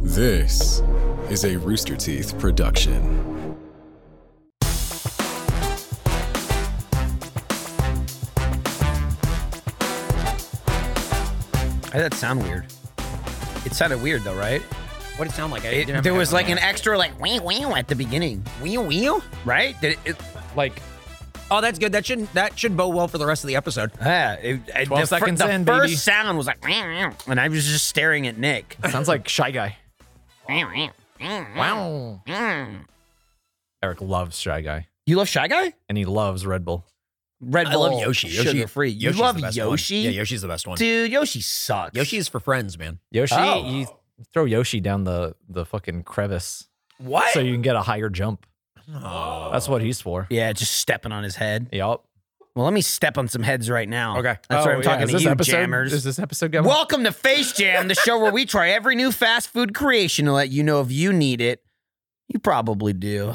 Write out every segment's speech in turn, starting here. This is a Rooster Teeth production. How did that sound weird? It sounded weird though, right? What did it sound like? I didn't there was have like an an extra like wee wee at the beginning, Wheel wheel? right? Did it, it, like Oh, that's good. That should that should bow well for the rest of the episode. ah, it, it- 12 the, fir- seconds the in, first baby. sound was like, and I was just staring at Nick. Sounds like Shy Guy. Wow. Eric loves Shy Guy, You love Shy Guy? and he loves Red Bull. Red I Bull. love Yoshi. Yoshi Sugar free. You Yoshi's the love best Yoshi? One. Yeah, Yoshi's the best one. Dude, Yoshi sucks. Yoshi is for friends, man. Yoshi, Oh. you throw Yoshi down the the fucking crevice what? so you can get a higher jump. Oh. That's what he's for. yeah, just stepping on his head. Yup. Well, let me step on some heads right now. Okay. That's Oh, right. I'm yeah. talking Is to this you, episode, jammers. Is this episode going? Welcome to Face Jam, the show where we try every new fast food creation to let you know if you need it. You probably do.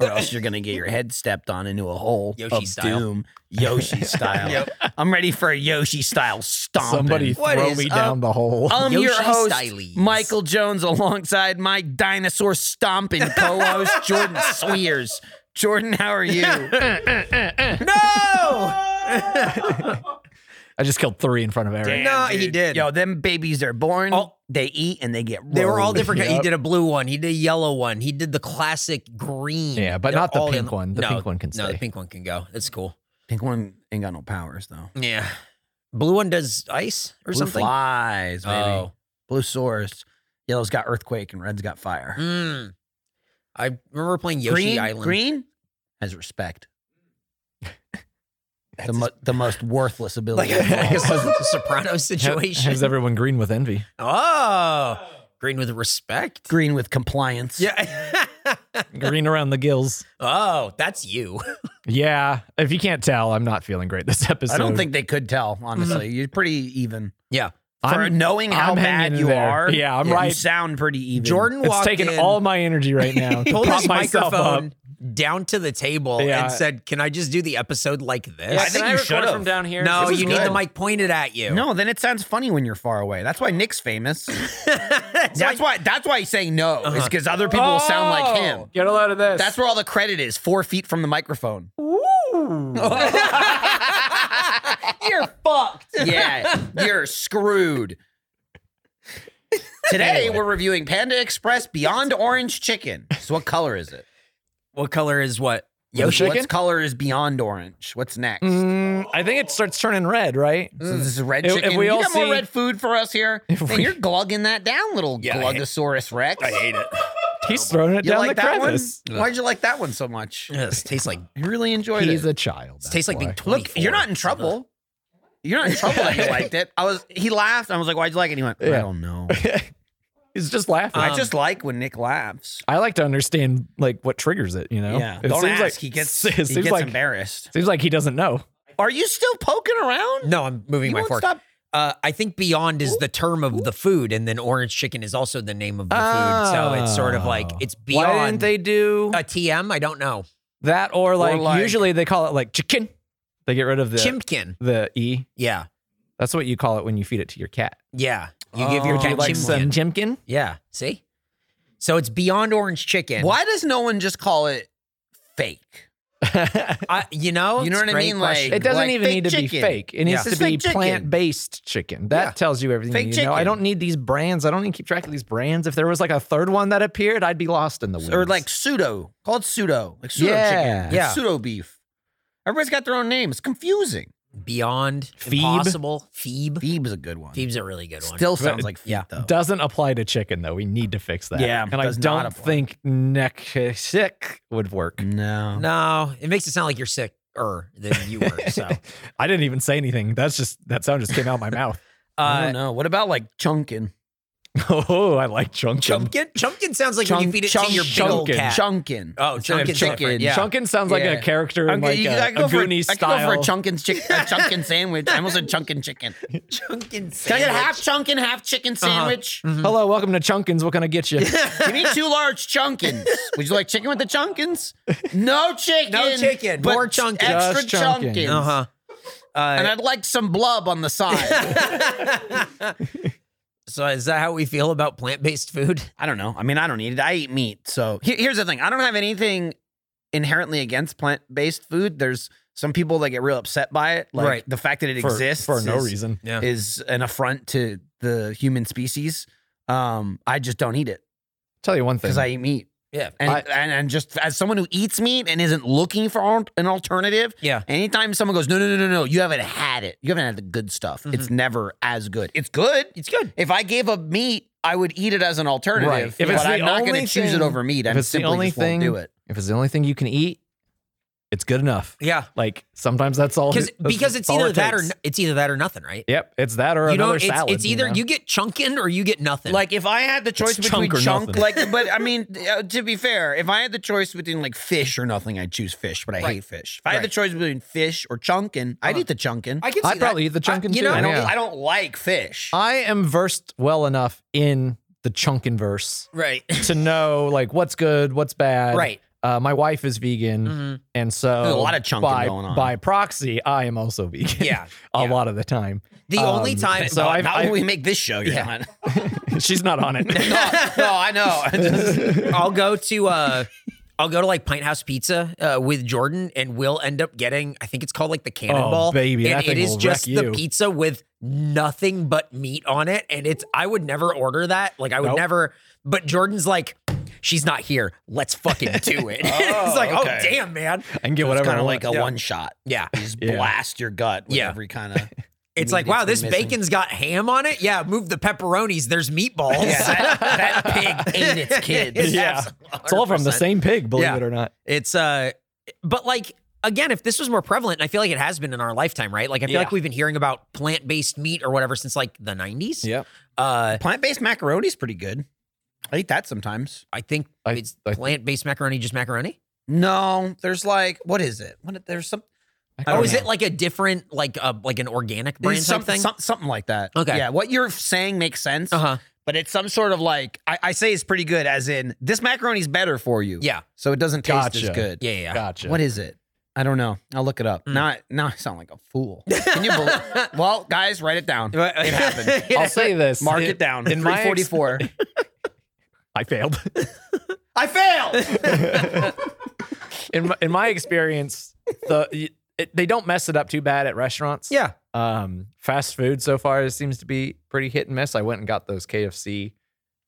Or else you're going to get your head stepped on into a hole. Yoshi of style. Doom. Yoshi style. Yep. I'm ready for a Yoshi style stomp. Somebody What throw is me up? down the hole. I'm your Yoshi host, stylies. Michael Jones, alongside my dinosaur stomping co host, Jordan Swears. Jordan, how are you? no! I just killed three in front of Eric. No, he did. Yo, them babies are born, Oh. they eat, and they get They were all rolled. different. ki- He Yep. did a blue one. He did a yellow one. He did the classic green. Yeah, but They're not the all pink one. The no, pink one can No, the stay. pink one can go. It's cool. Pink one ain't got no powers though. Yeah. Blue one does ice or Blue something. flies, baby. Oh. Blue source. Yellow's got earthquake and red's got fire. Mm. I remember playing Yoshi green, Island. green has respect. the, That's mo- the most worthless ability. Like of I all. guess that's the soprano Ha- situation. Has everyone green with envy? oh, green with respect. green with compliance. Yeah. Green around the gills. oh, that's you. Yeah. If you can't tell, I'm not feeling great this episode. I don't think they could tell. Honestly, you're pretty even Yeah. for Mm-hmm. I'm- knowing how I'm hanging bad you there. are. Yeah, I'm You right. sound pretty even. Jordan it's walked taking in, all my energy right now. to pulled prop his myself up. microphone down to the table Yeah. and said, "Can I just do the episode like this?" I think you should've. down here? no, This you is need the good. mic pointed at you. No, then it sounds funny when you're far away. That's why Nick's famous. It's that's like- why. That's why he's saying no. Is Uh-huh. Oh. because other people sound like him. Get a load of this. That's where all the credit is. Four feet from the microphone. you're fucked. Yeah, you're screwed. Today we're reviewing Panda Express Beyond Orange Chicken. So what color is it? What color is what? Yoshi? What chicken? color is Beyond Orange? What's next? Mm, I think it starts turning red, right? So this is red If- if chicken. we you all got more see- red food for us here. If Man, we- you're glugging that down, little Yeah, I hate- Glugosaurus Rex. it. He's throwing it You down like the that crevice. one? Why'd you like that one so much? this tastes like You really enjoyed it. He's a child. this tastes like being that's twenty. Look, you're not in trouble. You're not in trouble that you liked it. I was. He laughed. and I was like, "Why'd you like it?" And he went, "I Yeah. don't know. why. He's just laughing. I Um, just like when Nick laughs." I like to understand like what triggers it. You know, Yeah. It don't seems ask. like he gets. It he seems gets like embarrassed. seems like he doesn't know. Are you still poking around? No, I'm moving You my won't fork. stop. Uh, I think Beyond is the term of the food, and then Orange Chicken is also the name of the food. So it's sort of like Oh. it's Ah. Beyond. Why didn't they do a TM? I don't know. that or like, like- usually they call it like chicken? They get rid of the Chimkin. the e. Yeah, That's what you call it when you feed it to your cat. yeah. You give your Oh. cat You like chimkin. some chimkin? Yeah. See. So it's Beyond Orange Chicken. Why does no one just call it fake? I, you know. You know it's a what I great mean? Like- question. It doesn't Like even fake need to be chicken. fake. It needs Yeah. to Just be like chicken. plant based chicken. That Yeah. tells you everything Fake you need to know. I chicken. don't need these brands. I don't need to keep track of these brands. If there was like a third one that appeared, I'd be lost in the weeds. Or like pseudo? Called pseudo? Like pseudo Yeah. chicken? like Yeah. Pseudo beef. Everybody's got their own name. It's confusing. Beyond Phoebe. Impossible. Phoebe. Phoebe's a good one. Phoebe's a really good one. Still sounds like feet Yeah. though. doesn't apply to chicken though. We need to fix that. Yeah, and I does not don't apply. think neck sick would work. No. No, it makes it sound like you're sick. Er, than you were. So I didn't even say anything. That's just that sound just came out of my mouth. I don't uh, know. What about like chunkin? Oh, I like chunkin. Chumpkin. Chumpkin sounds like when you Chunk- feed it chunk- to your big old chunkin. cat. Chunkin. Oh, Instead of chunkin's different, yeah. Chunkin sounds like Yeah. a character in I'm like good- you- a, I could go a for- Goonie I could go for a style. chunkin, chick, a chunkin sandwich. I almost said chunkin chicken. Chunkin. Can I get a half chunkin, half chicken Uh-huh. sandwich? Hello, welcome to Chunkins. What can I get you? Give me two large chunkins. Would you like chicken with the chunkins? No chicken. No chicken, but more chunkin. Extra Just Uh-huh. chunkin. chunkins. Uh huh. Uh, And I'd like some blub on the side. So is that how we feel about plant-based food? I don't know. I mean, I don't eat it. I eat meat. So here- here's the thing I don't have anything inherently against plant based food. There's some people that get real upset by it. Like Right. the fact that it for, exists for no is- reason. Yeah. is an affront to the human species. Um, I just don't eat it Tell you one thing. because I eat meat. Yeah. And, I- and and just as someone who eats meat and isn't looking for al- an alternative, Yeah. anytime someone goes, no, no, no, no, no, you haven't had it. You haven't had the good stuff. Mm-hmm. It's never as good. It's good. It's good. If I gave up meat, I would eat it as an alternative. Right. If but it's the I'm not going only to choose it thing- over meat. if I'm it's the simply only just won't thing- do it. if it's the only thing you can eat, it's good enough. Yeah. Like sometimes that's all. Because that's because it's all either it that or takes. n- it's either that or nothing, right? Yep, it's that or you know, another it's, salad. it's either you, know? get chunkin' or you get nothing. Like if I had the choice It's between chunk or chunk, nothing. like, but I mean, uh, to be fair, if I had the choice between like fish or nothing, I'd choose fish. But I Right. hate fish. If I had the Right. choice between fish or chunkin, I'd eat the chunkin. I can see I'd that. probably eat the chunkin' I, you too. Know, I don't. yeah. I don't like fish. I am versed well enough in the chunkin verse Right. to know like what's good, what's bad. Right. Uh, my wife is vegan, Mhm. and so Mm-hmm. There's a lot of chunking by, going on. By proxy, I am also vegan. Yeah, a yeah. lot of the time. The only Um, time. so Not- I've- not when I've- we make this show. You're Yeah. not. She's not on it. no, no, I know. I just- I'll go to uh I'll go to like Pint House Pizza uh, with Jordan, and we'll end up getting I think it's called like the Cannonball, Oh, baby, and that it thing is will wreck just the you. pizza with nothing but meat on it, and it's I would never order that, like I would Nope. never. But Jordan's like, she's not here, let's fucking do it. it's like, okay. oh damn, man, I can get it's whatever. kind I of want. like a Yeah. one shot. yeah. You just Yeah. blast your gut with Yeah. every kind of. It's like, meat wow, that's this been missing. bacon's got ham on it. Yeah, move the pepperonis. There's meatballs. Yeah, that, that pig ate its kids. Yeah. It's all from the 100%. same pig, believe Yeah. it or not. It's uh but like again, if this was more prevalent, and I feel like it has been in our lifetime, right? Like I feel like we've been hearing about plant-based meat or whatever since like the 90s. Yep. Uh Plant based macaroni is pretty good. I eat that sometimes. I think I- it's I- plant-based macaroni just macaroni? No, there's like what is it? What there's some I Oh, don't is know. it like a different like uh like an organic brand It's type something, thing? some- something like that. Okay. Yeah, what you're saying makes sense, uh-huh. but it's some sort of like I, I say it's pretty good, as in this macaroni's better for you. Yeah. So it doesn't taste as Gotcha. good. Yeah, yeah. yeah. Gotcha. What is it? I don't know. I'll look it up. Mm. Now, I- now I sound like a fool. Can you believe? well, guys, write it down. It happened. I'll say this. Mark it down. in my ex- 344. I failed. I failed. in my, in my experience, the it, they don't mess it up too bad at restaurants. Yeah. Um, fast food so far seems to be pretty hit and miss. I went and got those KFC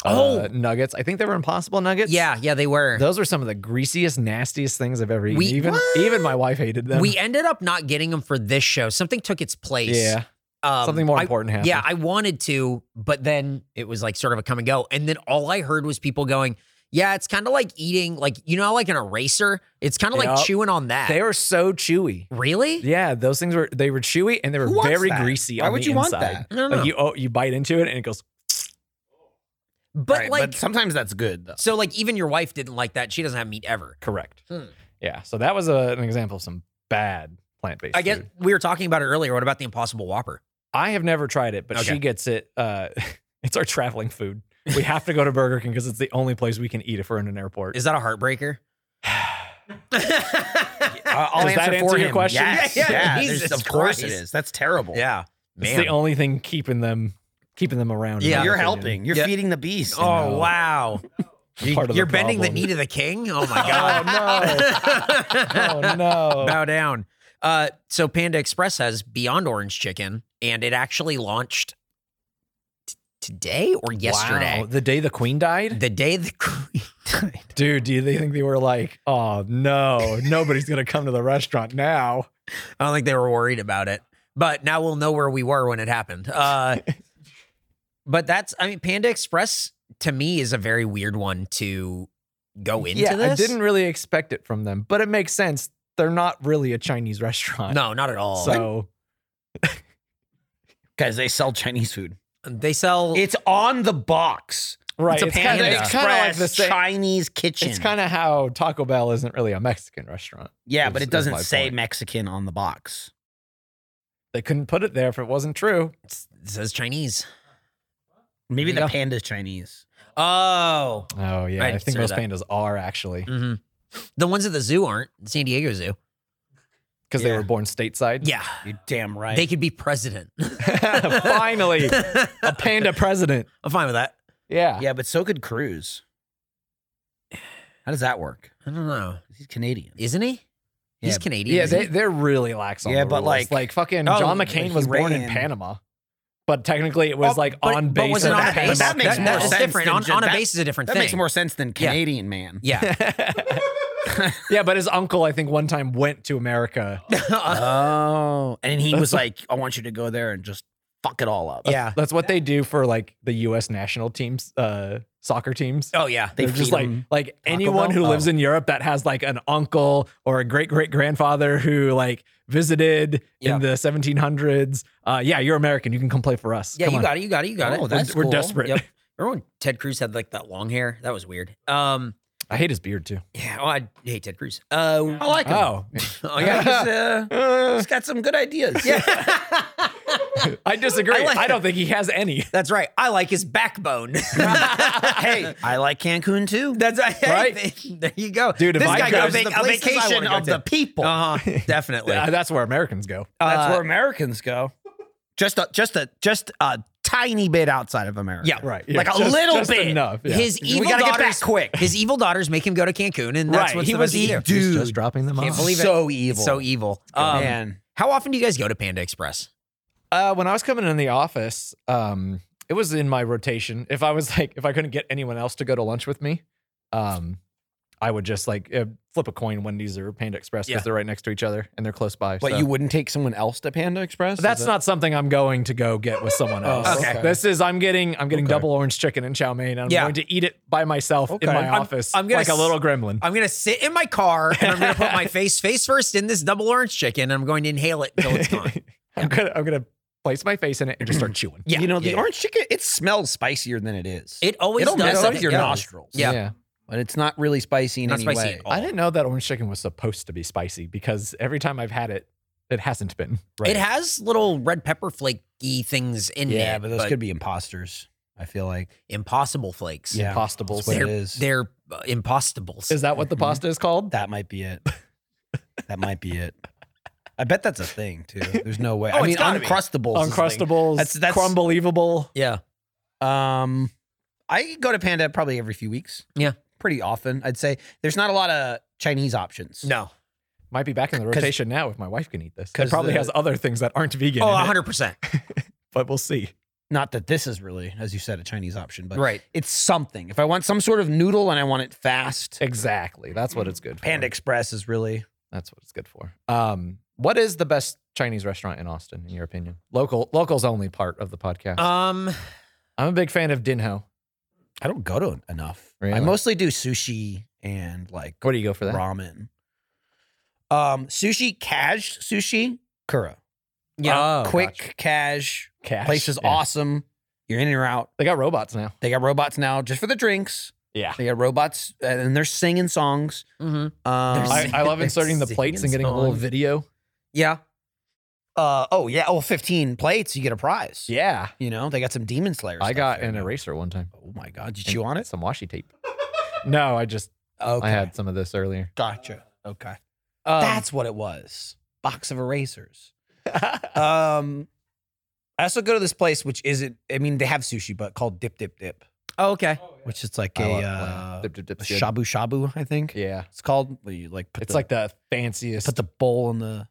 Oh. uh, nuggets. I think they were Impossible Nuggets. Yeah, yeah, they were. Those are some of the greasiest, nastiest things I've ever eaten. We- even What? even my wife hated them. we ended up not getting them for this show. Something took its place. yeah, Um, something more I- important happened. Yeah, I wanted to, but then it was like sort of a come and go. And then all I heard was people going, Yeah, it's kind of like eating, like, you know, like an eraser. It's kind of like Yup. chewing on that. they were so chewy. really? Yeah, those things were they were chewy and they were Who wants very that? greasy. Why on would the you want inside. that? No, no, Like no. you oh, you bite into it and it goes. but Right, like, but sometimes that's good though. so like even your wife didn't like that. She doesn't have meat ever. Correct. Hmm. Yeah. So that was a, an example of some bad plant based. I guess we were talking about it earlier. What about the Impossible Whopper? I have never tried it, but Okay. she gets it. Uh, it's our traveling food. We have to go to Burger King because it's the only place we can eat if we're in an airport. Is that a heartbreaker? Uh, I'll Does that answer answer for your him. question? Yes. Yeah, Yeah, yeah. there's- Jesus of course it Christ. is. That's terrible. yeah, it's man. the only thing keeping them keeping them around. in Yeah. my You're opinion. helping. You're Yeah. feeding the beast. oh wow, you, Part of the you're bending the problem. knee to the king. Oh my Oh god. no! Oh no! bow down. Uh, so Panda Express has Beyond Orange Chicken, and it actually launched t- today or yesterday, Wow, the day the queen died, the day the queen died. dude. Do they think they were like, oh no, nobody's gonna come to the restaurant now? I don't think they were worried about it, but now we'll know where we were when it happened. Uh, but that's, I mean, Panda Express to me is a very weird one to go into. yeah, this. I didn't really expect it from them, but it makes sense. They're not really a Chinese restaurant, No, not at all. so Guys, they sell Chinese food. they sell. It's on the box. right. It's a kinda- Panda it's kinda like the same. Chinese kitchen. It's kind of how Taco Bell isn't really a Mexican restaurant. yeah, is- but it is my doesn't say point. Mexican on the box. They couldn't put it there if it wasn't true. it's- it says Chinese. Maybe There the you panda's Chinese. Oh, Mm-hmm. Oh yeah, I I, think consider most Mm, that. pandas are actually. hmm the ones at the zoo aren't. The San Diego Zoo. because they Yeah. were born stateside. Yeah. You're damn right. They could be president. Finally, a panda president. I'm fine with that. Yeah. yeah, but so could Cruz. How does that work? I don't know. He's Canadian. Isn't he? He's Yeah. Canadian. Yeah, isn't they, he? they're really lax on Yeah, the but rules. like- like fucking Oh, John like McCain he was born in ran. Panama, but technically it was Oh, like but- on but base. was it in on a That- base? that makes That- more that's sense different. than On, ju- on a that- base is a different That thing. makes more sense than Yeah. Canadian man. Yeah. yeah, but his uncle, I think, one time went to America. Oh, and he was like, "I want you to go there and just fuck it all up." yeah. That's what they do for like the U.S. national teams, uh, soccer teams. Oh yeah. they They're just feed like 'em like anyone Bell? who lives Oh. in Europe that has like an uncle or a great great grandfather who like visited Yeah. in the 1700s. Uh, yeah, you're American. You can come play for us. Yeah, Come you on. got it. You got it. You got Oh, it. that's We're- we're cool. desperate. Yep. Remember when Ted Cruz had like that long hair? That was weird. Um. I hate his beard too. Yeah. Oh, I hate Ted Cruz. Uh. I like him. Oh, oh, yeah, yeah. he's, uh, he's got some good ideas. yeah. I disagree. I I, like- don't think he has any. That's right. I like his backbone. hey, I like Cancun too. That's Right. right. There you go, Dude, if This I guy could- Those goes to a the vac- a places I wanna vacation go of to. the people. Uh-huh. Definitely. Uh, that's where Americans go. That's Uh, where Americans go. Just a just a just a tiny bit outside of America. Yeah. Right. Like a little just bit. Enough. yeah. His We evil gotta get back daughters quick. His evil daughters make him go to Cancun, and that's Right. what's He the was best he e- can do. He's Dude. just dropping them Can't off. believe it. So evil. So evil. Um, Um, Man. how often do you guys go to Panda Express? Uh, when I was coming in the office, um, it was in my rotation. If I was like, if I couldn't get anyone else to go to lunch with me, um, I would just like uh, flip a coin, Wendy's or Panda Express, because Yeah. they're right next to each other and they're close by. But so. you wouldn't take someone else to Panda Express? Is That's that- not something I'm going to go get with someone Oh, else. okay. This is I'm getting I'm getting Okay. double orange chicken and chow mein. And I'm Yeah. going to eat it by myself Okay. in my I'm- office. I'm gonna like a s- little gremlin. I'm gonna sit in my car and I'm gonna put my face face first in this double orange chicken. And I'm going to inhale it until it's gone. I'm gonna I'm gonna place my face in it and just start chewing. Yeah, you know, the yeah. orange chicken, it smells spicier than it is. It always It'll does mess it up your does. nostrils. Yeah. But it's not really spicy in Not any spicy way. at all. I didn't know that orange chicken was supposed to be spicy because every time I've had it, it hasn't been. Right. It has little red pepper flakey things in there. Yeah, but those could be imposters, I feel like. impossible flakes. Yeah. Impossibles. That's what it they're is. they're uh, impossibles. Is that what the Mhm. pasta is called? That might be it. that might be it. I bet that's a thing too. There's no way. I Oh, it's mean, gotta be. uncrustables. is a thing. Uncrustables. That's- that's- crumbelievable. yeah, Um, I go to Panda probably every few weeks. Yeah. pretty often. I'd say there's not a lot of Chinese options. no. Might be back in the 'Cause- rotation now if my wife can eat this. It 'cause probably the- has other things that aren't vegan. Oh, in it, 100 percent. but we'll see. not that this is really, as you said, a Chinese option, but Right. it's something. If I want some sort of noodle and I want it fast, Exactly. That's what it's good for. Panda Express is really That's what it's good for. Um, what is the best Chinese restaurant in Austin, in your opinion? Local, locals only part of the podcast. Uh, Um, I'm a big fan of Dinho. I don't go to it enough. I Really? mostly do sushi and like Where do you go for that? ramen. Um, sushi, cash sushi, Kura. Um, yeah. Oh, Quick, gotcha. cash. Cash. Place is Yeah. awesome. You're in or out. They got robots now. They got robots now just for the drinks. Yeah. They got robots uh, and they're singing songs. hmm Um, I, I love They're inserting the plates and singing getting a little songs. video. Yeah. uh, oh yeah, oh 15 plates, you get a prize. Yeah. You know, they got some Demon Slayer. I stuff got there an now. eraser one time. Oh my god, did you chew on it? Some washi tape. no, I just Okay, I had some of this earlier. gotcha. Okay, Um, that's what it was. Box of erasers. um, I also go to this place which isn't. I mean, they have sushi, but called Dip Dip Dip, Oh, okay. which is like I a, love- uh, dip, dip, dip, a good. shabu shabu. I think Yeah. it's called. Where you like put It's the, like the fanciest put the bowl in the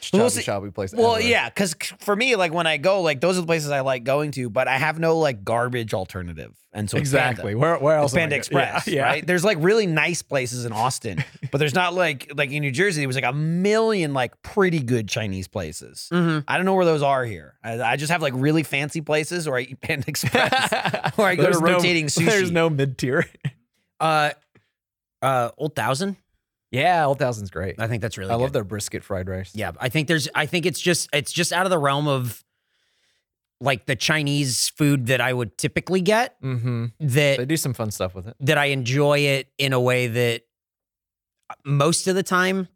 shabu Well, see- shabu place. Well, ever. yeah, because for me, like when I go, like those are the places I like going to, but I have no like garbage alternative, and so it's Panda. Exactly. Where where It's else? am I Oh, Panda go- Express, Yeah. yeah. right? There's like really nice places in Austin, but there's not like like in New Jersey. There was like a million like pretty good Chinese places. Mm-hmm. I don't know where those are here. I, I just have like really fancy places, or I eat Panda Express, or I go to There's no- rotating sushi. There's no mid tier. Uh, uh, Old Thousand. Yeah, Old Thousand's great. I think that's really. I love good. their brisket fried rice. Yeah, I think there's. I think it's just. It's just out of the realm of like the Chinese food that I would typically get. Mm-hmm. That They do some fun stuff with it. that I enjoy it in a way that uh, most of the time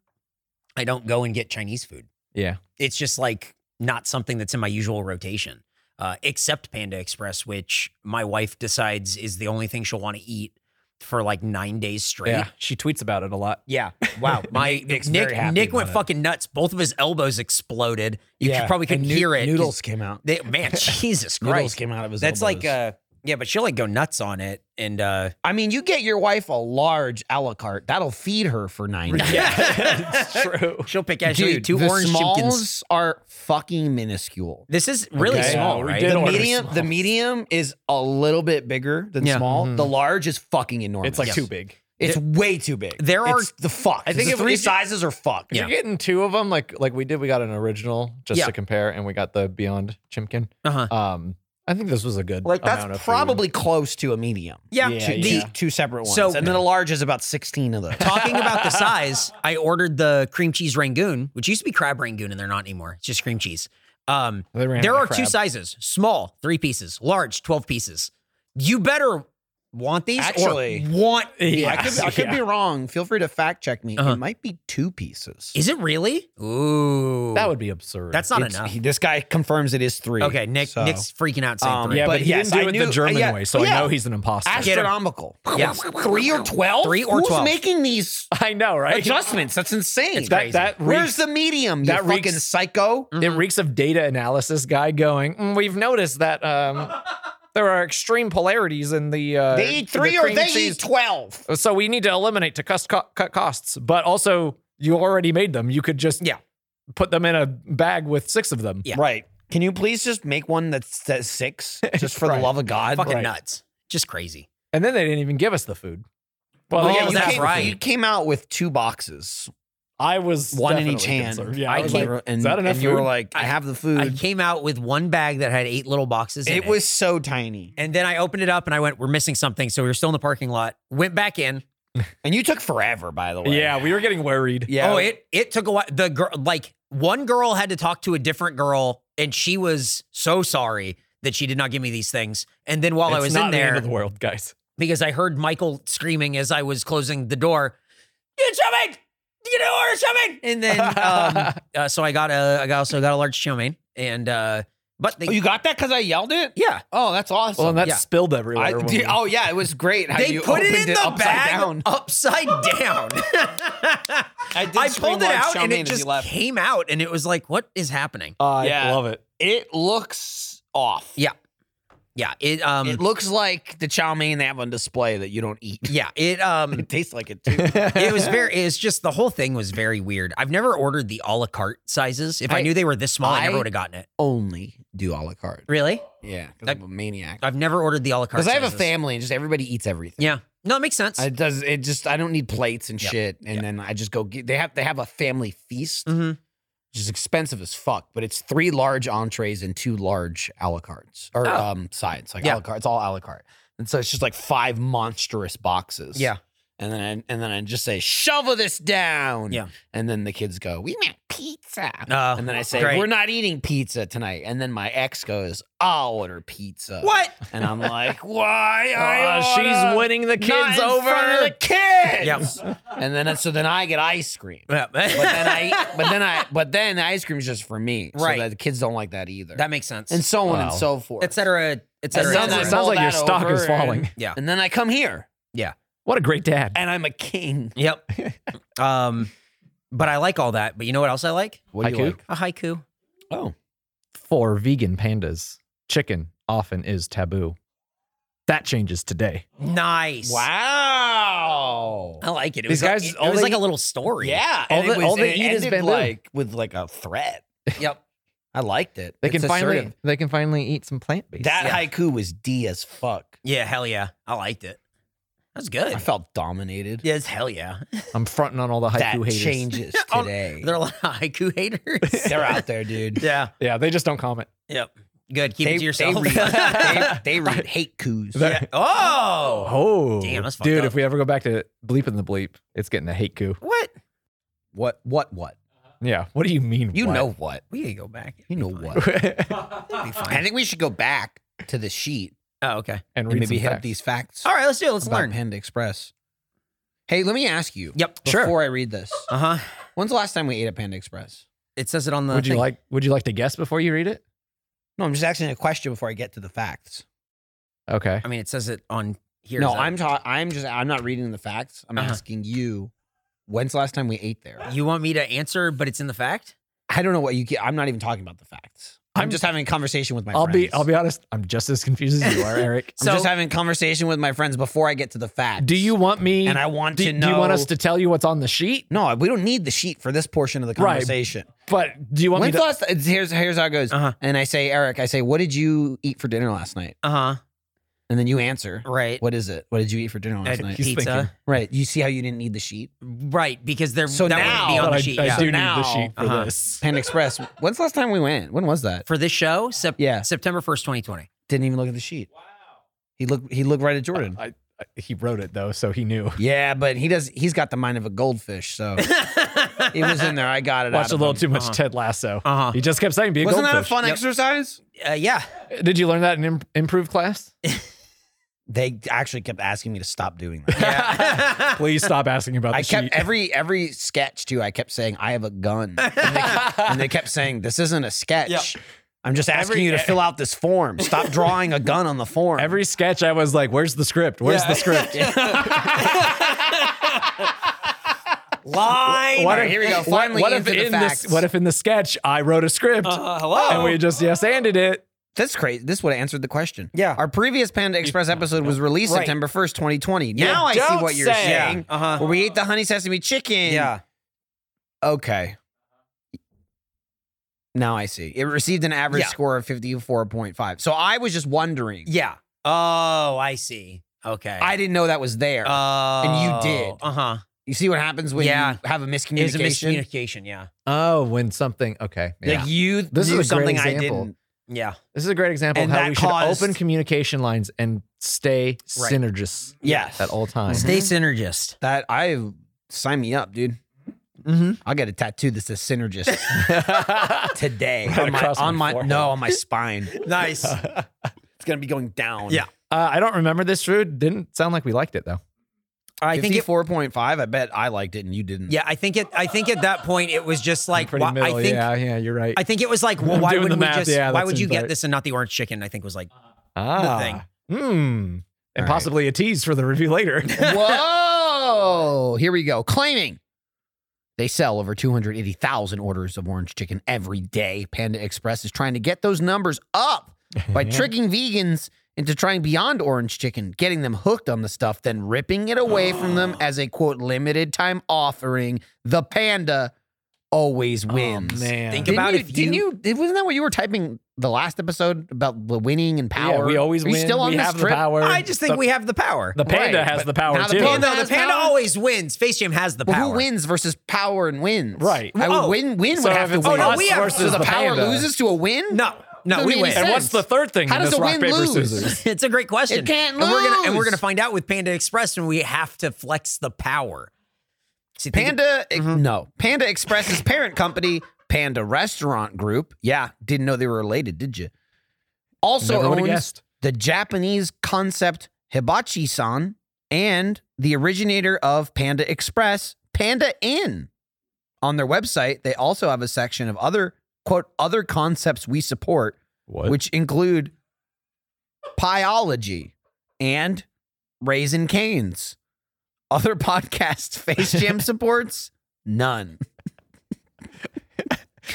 I don't go and get Chinese food. Yeah. It's just like not something that's in my usual rotation, uh, except Panda Express, which my wife decides is the only thing she'll want to eat for like nine days straight. Yeah, she tweets about it a lot. Yeah. Wow. My Nick- Nick's Nick very happy Nick went about it. fucking nuts. Both of his elbows exploded. You could- probably and couldn't noo- hear it. 'cause Noodles came out. They, man, Jesus Noodles Christ. came out of his. That's like elbows. uh yeah, but she'll like go nuts on it and uh I mean, you get your wife a large a la carte. That'll feed her for nine days. It's true. she'll pick out she'll eat Dude, two the orange smalls chipkins. are fucking minuscule. This is really Okay. Yeah, small, Oh, we right? did The order medium, the smalls. medium is a little bit bigger than Yeah. small. Mhm. The large is fucking enormous. It's like too big. It's way too big. There are- It's the fuck. I think think the if- three if- sizes are fucked. If you're getting two of them, like like we did, we got an original just Yeah. to compare, and we got the Beyond Chimkin. Uh-huh. Um, I think this was a good. Like amount that's of food. probably close to a medium. Yeah. Yeah, two, yeah. two- two separate ones. So- and then a large is about 16 of those. Talking about the size, I ordered the cream cheese rangoon, which used to be crab rangoon and they're not anymore. It's just cream cheese. Um They ran there out are of two crab. sizes, small, 3 pieces, large, 12 pieces. You better want these Actually- or want I could, I could be wrong. Feel free to fact check me. Uh-huh. It might be two pieces. Is it really? Ooh. That would be absurd. That's not It's- enough. he- this guy confirms it is three. Okay, Nick so- Nick's freaking out saying Um, three. yeah, but, but he yes, didn't I do it knew- the German yeah, way, so I yeah. know he's an imposter. astronomical. Yeah. Three or twelve? Three or Who's 12? making these I know, right? adjustments? That's insane. That- that Where's reeks- the medium? You that fucking reeks- psycho. Mm. It reeks of data analysis guy going, "Mm, we've noticed that um, there are extreme polarities in the. Uh, They eat the three or cream they cheese. eat twelve. So we need to eliminate to cus- cut, cut costs, but also you already made them. You could just Yeah. put them in a bag with six of them. Yeah. Right. Can you please just make one that says six, just for the Right. love of God? fucking Right. nuts. Just crazy. And then they didn't even give us the food. Well, Oh, they gave yeah, us you, half that's came, the food. right. you came out with two boxes, I was one in each definitely hand. concerned. Yeah, I, I was came- like, and, is that enough and you were food?" like, I, have the food. I came out with one bag that had eight little boxes. in it was so tiny, and then I opened it up and I went, "We're missing something." So we were still in the parking lot. Went back in. and you took forever. By the way, yeah, we were getting worried. yeah. Oh, it it took a while. The girl, like one girl, had to talk to a different girl, and she was so sorry that she did not give me these things. And then while it's I was not in the end there, of the world, guys. because I heard Michael screaming as I was closing the door, "Get something! Get an order something!" And then, um, uh, so I got a, I got also got a large chow mein, and uh, but they, Oh, you got that because I yelled it. yeah, Oh, that's awesome. Well, and that yeah. spilled I- everywhere. when dude, we- oh yeah, it was great. How they you put it opened in the upside bag down. upside down. I, I pulled it out and it just came out, and it was like, what is happening? I yeah. love it. It looks off. Yeah. Yeah, it um, it looks like the chow mein they have on display that you don't eat. yeah, it um, It tastes like it too. it was very. It's just the whole thing was very weird. I've never ordered the a la carte sizes. If I, I- knew they were this small, I, never I- would have gotten it. Only do a la carte. Really? Yeah, because Like- I'm a maniac. I've never ordered the a la carte. Because I have a sizes. family and just everybody eats everything. Yeah. No, it makes sense. It does. It just I don't need plates and Yeah. shit, and Yeah. then I just go. Get, they have they have a family feast, Mhm. which is expensive as fuck, but it's three large entrees and two large a la cartes or Oh. um sides, like a Yeah. la carte. It's all a la carte, and so it's just like five monstrous boxes. Yeah. and then I, and then I just say shovel this down. Yeah. and then the kids go, we meant pizza. Uh, and then I say, great. we're not eating pizza tonight. And then my ex goes, I'll order pizza. What? And I'm like, why? Uh, I order she's winning the not kids in over. front of the kids. Yeah. And then so then I get ice cream. But Yeah. then I but then I but then the ice cream is just for me. Right. So that the kids don't like that either. that makes sense. and so on and Wow. so forth. et cetera, et And cetera. et then I Sounds cetera. mull like your that stock is over falling. And, Yeah. and then I come here What a great dad. and I'm a king. Yep. um, but I like all that. But you know what else I like? What do you Haiku? like? A haiku. Oh. For vegan pandas, chicken often is taboo. That changes today. Nice. Wow. I like it. It These was, guys- it, it all was they- like a little story. Yeah. All and it the- all was- they and it eat is ended, bamboo. like with like a threat. Yep. I liked it. They It's can finally assertive. they can finally eat some plant based. that Yeah. haiku was D as fuck. Yeah. Hell yeah. I liked it. That was I good. felt dominated. Yes. Hell yeah. I'm fronting on all the haiku that haters. changes Oh, today. There are a lot of haiku haters. They're out there, dude. yeah. Yeah, they just don't comment. Yep. Good. Keep it to yourself. They read, they, they read hate coos. Yeah. Oh. Oh, Damn, that's fucked dude. up. If we ever go back to bleeping the bleep, it's getting a hate coup. What? What? What? What? Yeah. What do you mean? You what? know what? We could go back. You know what? It'd be I fine. think we should go back to the sheet Oh, okay. and and read maybe some hit up facts. these facts All right. Let's do it. Let's about learn. Panda Express. Hey, let me ask you Yep. before I read this. Uh huh. When's the last time we ate at Panda Express? It says it on the. Would you thing. like? Would you like to guess before you read it? No, I'm just asking a question before I get to the facts. Okay. I mean, it says it on Here's no, a- I'm ta- I'm just I'm not reading the facts. I'm Uh-huh. asking you, when's the last time we ate there? You want me to answer, but it's in the fact? I don't know what you. ca- I'm not even talking about the facts. I'm, I'm- just having a conversation with my. I'll be friends. I'll be honest. I'm just as confused as you are, Eric. I'm So- just having a conversation with my friends before I get to the facts. do you want me? And I want do, to know. do you want us to tell you what's on the sheet? No, we don't need the sheet for this portion of the Right. conversation. But do you want When's me the to? last? it's- Here's here's how it goes. Uh-huh. And I say, Eric, I say, what did you eat for dinner last night? Uh And then you answer, huh. Right. what is it? What did you eat for dinner last Uh, night? He's pizza. Right. You see how you didn't need the sheet. Right, because they're So that now- would be on But the I, sheet. I yeah. do So now- need the sheet for Uh-huh. this. Pan Express. When's the last time we went? When was that? For this show, sep- Yeah. September first, twenty twenty. Didn't even look at the sheet. Wow. He looked. He looked right at Jordan. I, I, he wrote it though, so he knew. yeah, but he does. He's got the mind of a goldfish. So it was in there. I got it. Watched out a of little him. too much Uh-huh. Ted Lasso. Uh-huh. He just kept saying, "Be a Wasn't that a goldfish." fun exercise? uh, yeah. Did you learn that in Im- improve class? They actually kept asking me to stop doing that. Yeah. Please stop asking about the I kept sheet. every every sketch too. I kept saying I have a gun, and they, and they kept saying this isn't a sketch. I'm just asking Every- you to fill out this form. Stop drawing a gun on the form. Every sketch, I was like, "Where's the script? Where's the script?" Line. What All right, if- here we go. Finally what into if the in this- facts. what if in the sketch I wrote a script Uh, hello. and we just yes anded it? That's crazy. This would have answered the question. Yeah. Our previous Panda Express episode was released Right. September 1st, 2020. Now I see don't what you're say. saying. Yeah. Uh-huh. Where we ate the honey sesame chicken. yeah. Okay. Now I see. It received an average Yeah. score of 54.5. So I was just wondering. Yeah. Oh, I see. Okay. I didn't know that was there. Oh. And you did. Uh huh. you see what happens when Yeah. you have a It was a miscommunication? miscommunication. Yeah. Oh, when something okay, Like you This is knew a great something I example. didn't. Yeah. This is a great example And of how that we caused- should open communication lines and stay Right. synergist Yes. at all times. Stay synergist. That I sign me up, dude. Mm-hmm. I'll get a tattoo that says synergist Uh, today. Right on my, across my on my forehead. no, on my spine. Nice. It's gonna be going down. Yeah. Uh, I don't remember this food. Didn't sound like we liked it though. I think it fifty-four point five. I bet I liked it and you didn't. Yeah, I think it. I think at that point it was just like Pretty why- middle. I think yeah, yeah, you're right. I think it was like well, I'm why doing the wouldn't we math, just yeah, why that would you seems get right. this and not the orange chicken? I think was like ah, Hmm. And possibly a tease for the review later. Whoa! Here we go. Claiming they sell over 280,000 orders of orange chicken every day. Panda Express is trying to get those numbers up by tricking vegans into trying beyond orange chicken, getting them hooked on the stuff, then ripping it away from them as a quote limited time offering. The panda always wins. man. Think Didn't about you, if didn't you, wasn't that what you were typing the last episode about the winning and power? Yeah, we always Are you win. still on we this have trip? the power. I just think the, we have the power. the panda Right, has but the power now the too. well, panda- no, the has panda power? always wins. Face Jam has the Well, power. who wins versus power and wins? Right. I would Oh. win. Win So would have if to it's win. Oh, no, we us have- versus so the, power panda. loses to a win? No, no, Doesn't we make win. any And sense. what's the third thing How in does this a rock win paper lose? scissors? It's a great question. It can't And we're gonna and we're lose. gonna find out with Panda Express, and we have to flex the power. See, think of- Panda. e, Mm-hmm. No. Panda Express's parent company, Panda Restaurant Group. Yeah, didn't know they were related, did you? Also Never would've owns guessed. the Japanese concept hibachi-san and the originator of Panda Express, Panda Inn. On their website, they also have a section of other quote other concepts we support What? which include Pyology and Raisin Canes. Other podcasts Face Jam supports? None.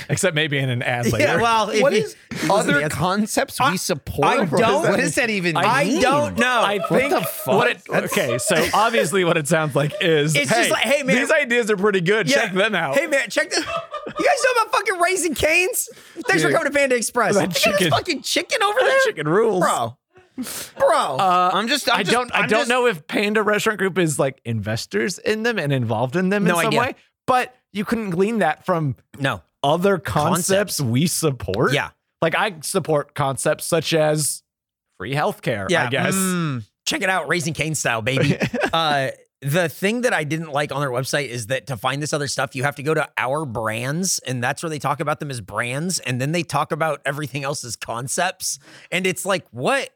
Except maybe in an ad later. yeah, well, if What you- is listen to the other answer. concepts we support? I What does don't- that- What does that even mean? I don't know. I think the fuck? what it- That's- okay, so obviously what it sounds like is It's hey, just like, hey, man- these ideas are pretty good. Yeah. Check them out. Hey man, check this. You guys know about fucking raising canes? Thanks for Dude. coming to Panda Express. That You got this chicken- fucking chicken over That there, chicken rules. bro. Bro, Uh, I'm just. I'm I just- don't. I I'm don't just- know if Panda Restaurant Group is like investors in them and involved in them in No some idea. way. But you couldn't glean that from no, other concepts we support. yeah, like I support concepts such as free healthcare. yeah. I guess. Mm. check it out, raising cane style, baby. uh, the thing that I didn't like on their website is that to find this other stuff, you have to go to our brands, and that's where they talk about them as brands, and then they talk about everything else as concepts, and it's like what.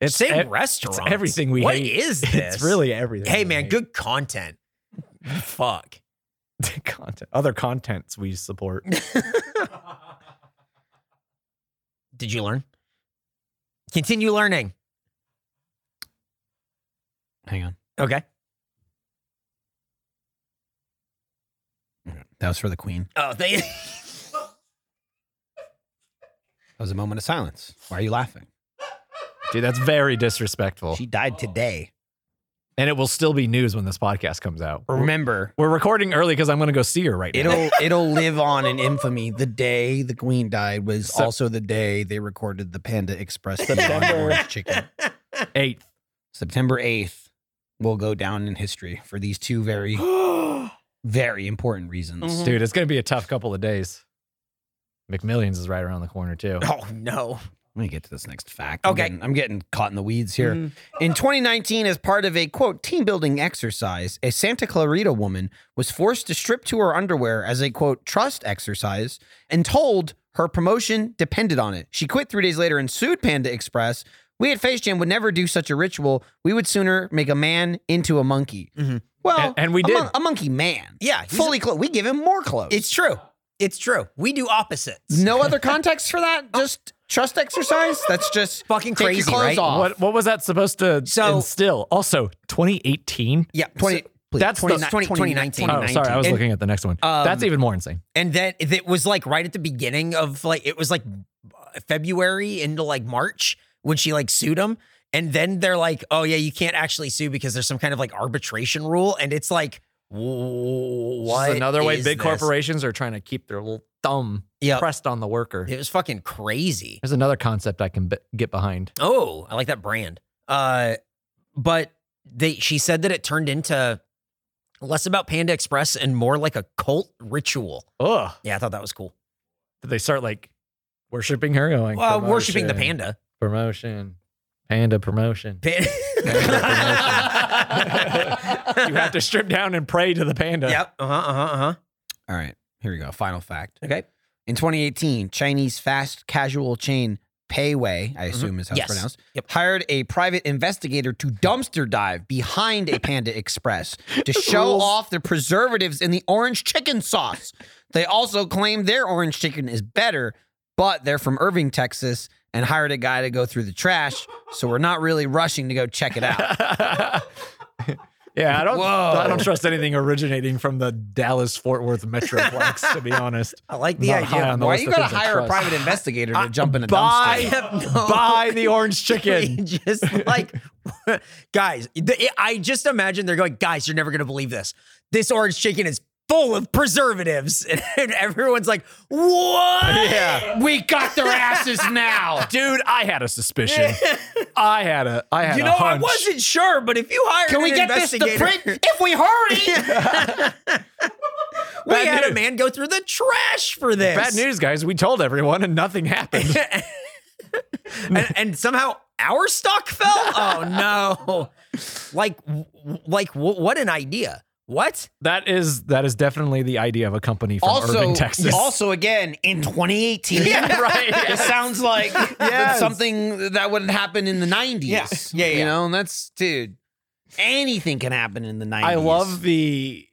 It's Same ev- restaurant. It's everything we What hate. is this? It's really everything. Hey we man, hate. good content. Fuck. content. Other contents we support. Did you learn? Continue learning. Hang on. Okay. That was for the Queen. Oh, they. That was a moment of silence. Why are you laughing? Dude, that's very disrespectful. She died today. and it will still be news when this podcast comes out. Remember, We're recording early because I'm going to go see her right now. it'll it'll live on in infamy. The day the Queen died was Sep- also the day they recorded the Panda Express feed on September. orange chicken. Eighth. September eighth will go down in history for these two very very important reasons. Mhm. Dude, it's going to be a tough couple of days. McMillions is right around the corner, too. Oh no. Let me get to this next fact. I'm Okay. Mm-hmm. getting- I'm getting caught in the weeds here. In 2019, as part of a quote team building exercise, a Santa Clarita woman was forced to strip to her underwear as a quote trust exercise and told her promotion depended on it. She quit three days later and sued Panda Express. We at Face Jam would never do such a ritual. We would sooner make a man into a monkey. Mhm. Well, And- and we a did. mon- a monkey man. Yeah, he's a- fully clothed. We give him more clothes. It's true. It's true. We do opposites. no other context for that. Just trust exercise. That's just Fucking Take your crazy, clothes right? off. What, what was that supposed to So- instill? Also, 2018? Yeah. 20. please, that's the- 29 20 2019. Oh, sorry. I was And- looking at the next one. Um, That's even more insane. And then it was like right at the beginning of like it was like February into like March when she like sued him. And then they're like, oh yeah, you can't actually sue because there's some kind of like arbitration rule. And it's like, wh- This is what? another way is big this? Uh, corporations are trying to keep their little thumb Yeah, pressed on the worker. it was fucking crazy. There's another concept I can be- get behind. Oh, I like that brand. Uh, but they she said that it turned into less about Panda Express and more like a cult ritual. Ugh. Yeah, I thought that was cool. Did they start like worshiping her? Going, Uh, worshiping the "Promotion, panda. Promotion. Panda promotion. Pan- you have to strip down and pray to the panda. Yep. Uh huh. Uh huh. Uh huh. All right, here we go. Final fact. Okay. In 2018, Chinese fast casual chain Payway, Mm-hmm. I assume is how Yes. it's pronounced, Yep. hired a private investigator to dumpster dive behind a Panda Express to show Rules. off the preservatives in the orange chicken sauce. They also claim their orange chicken is better, but they're from Irving, Texas, and hired a guy to go through the trash. So we're not really rushing to go check it out. yeah, I don't. Whoa. I don't trust anything originating from the Dallas Fort Worth metroplex. to be honest, I like the Not idea. high on the Um, Why list you of gotta things I hire a trust. private investigator to jump in a buy- dumpster? I have no. Buy the orange idea. chicken. Just like guys, the, I just imagine they're going, guys, you're never gonna believe this. This orange chicken is full of preservatives, and everyone's like, what? yeah, We got their asses now. dude, I had a suspicion. I had a. I had You a know, I hunch. wasn't sure, but if you hired Can we an get this to investigator- print if we hurry? we Bad had a news. man go through the trash for this. Bad news, guys. We told everyone, and nothing happened. and, and somehow our stock fell. Oh no! Like, w- like w- what an idea! What? that is that is definitely the idea of a company from Irving, Texas. also again in 2018. right. It sounds like Yes. something that would happen in the 90s. Yeah, yeah, You yeah. know, and that's dude. Anything can happen in the 90s. I love the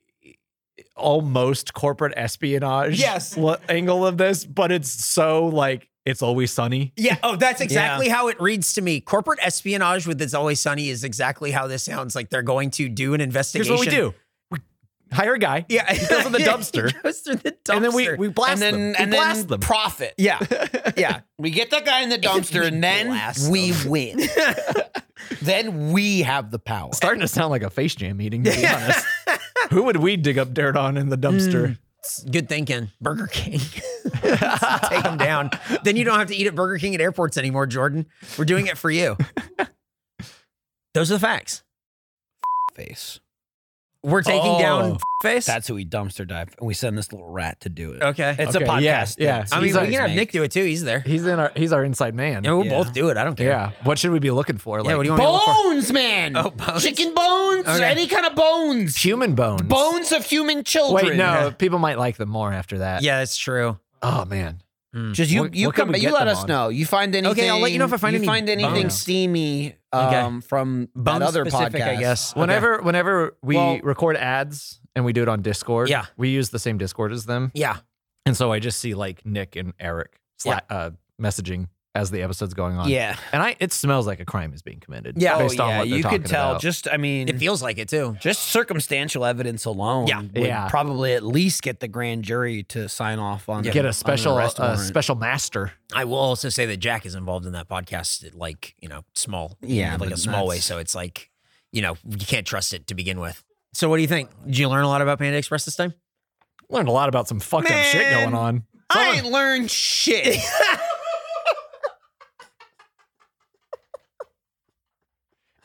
almost corporate espionage Yes. l- angle of this, but it's so like it's always sunny. Yeah. Oh, that's exactly how it reads to me. Corporate espionage with "It's Always Sunny" is exactly how this sounds. Like they're going to do an Here's investigation. what we do: we hire a guy, Yeah, He goes in the dumpster. He goes through the dumpster. and then we we and blast them. then We and then blast them. profit. yeah, yeah. We get that guy in the dumpster and then Blast we them. win. then we have the power. Starting to sound like a face jam meeting. To be honest, who would we dig up dirt on in the dumpster? Good thinking, Burger King. Take them down. Then you don't have to eat at Burger King at airports anymore, Jordan. We're doing it for you. Those are the facts. Face. We're taking Oh. down face. That's who we dumpster dive, and we send this little rat to do it. okay. It's Okay, a podcast. yeah, yeah. that I mean, you we guys can have make. Nick do it too. He's there. He's in our. He's our inside man. Oh, Yeah, we'll Yeah. both do it. I don't care. Yeah. What should we be looking for? Like Yeah, what do you want me to look for? bones, man. Oh, bones. Chicken bones, Okay. any kind of bones. human bones. Bones of human children. Wait, no. People might like them more after that. Yeah, that's true. Oh man. Just you, What- you what could come, we you get let them us on? know. You find anything? Okay, I'll let you know if I find you any find anything bones. steamy Okay. um, from Bone that other specific, podcast. I guess. Okay. Whenever whenever we Well- record ads and we do it on Discord, Yeah. we use the same Discord as them. Yeah. And so I just see like Nick and Eric sla- uh, messaging as the episode's going on. Yeah. and I it smells like a crime is being committed. Oh, Yeah. based on what they're you talking could tell. about. Just I mean, Mm-hmm. It feels like it too. just circumstantial evidence alone Yeah. would Yeah. probably at least get the grand jury to sign off on get on a an special arrest uh, warrant. special master. I will also say that Jack is involved in that podcast, like, you know, small. Yeah, in, Like a but small way. that's- So it's like, you know, you can't trust it to begin with. So what do you think? Did you learn a lot about Panda Express this time? Learned a lot about some fucked up shit Man. going on. I ain't learned shit.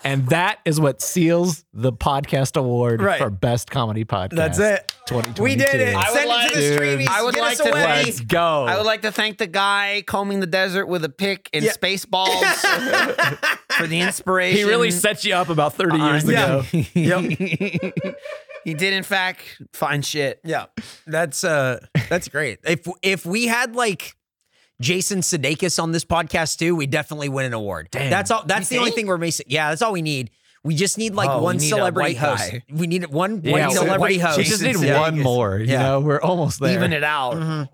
And that is what seals the podcast award Right. for best comedy podcast. That's it. 2022. We did it. I would Send like- it to the Dude. streamies. I would Get like us to- away. Let's go. I would like to thank the guy combing the desert with a pick and Yeah. space balls for the inspiration. he really set you up about 30 years Uh, ago. he did, in fact, find shit. Yeah, that's uh, that's great. If if we had like Jason Sudeikis on this podcast too, we definitely win an award. That's all. That's the only thing we're missing. Yeah, that's all we need. We just need like Oh, one we need a celebrity white host. guy. We need one white we- celebrity white host. we just need Jason one Sudeikis. more. You Yeah. know, we're almost there. Even it out.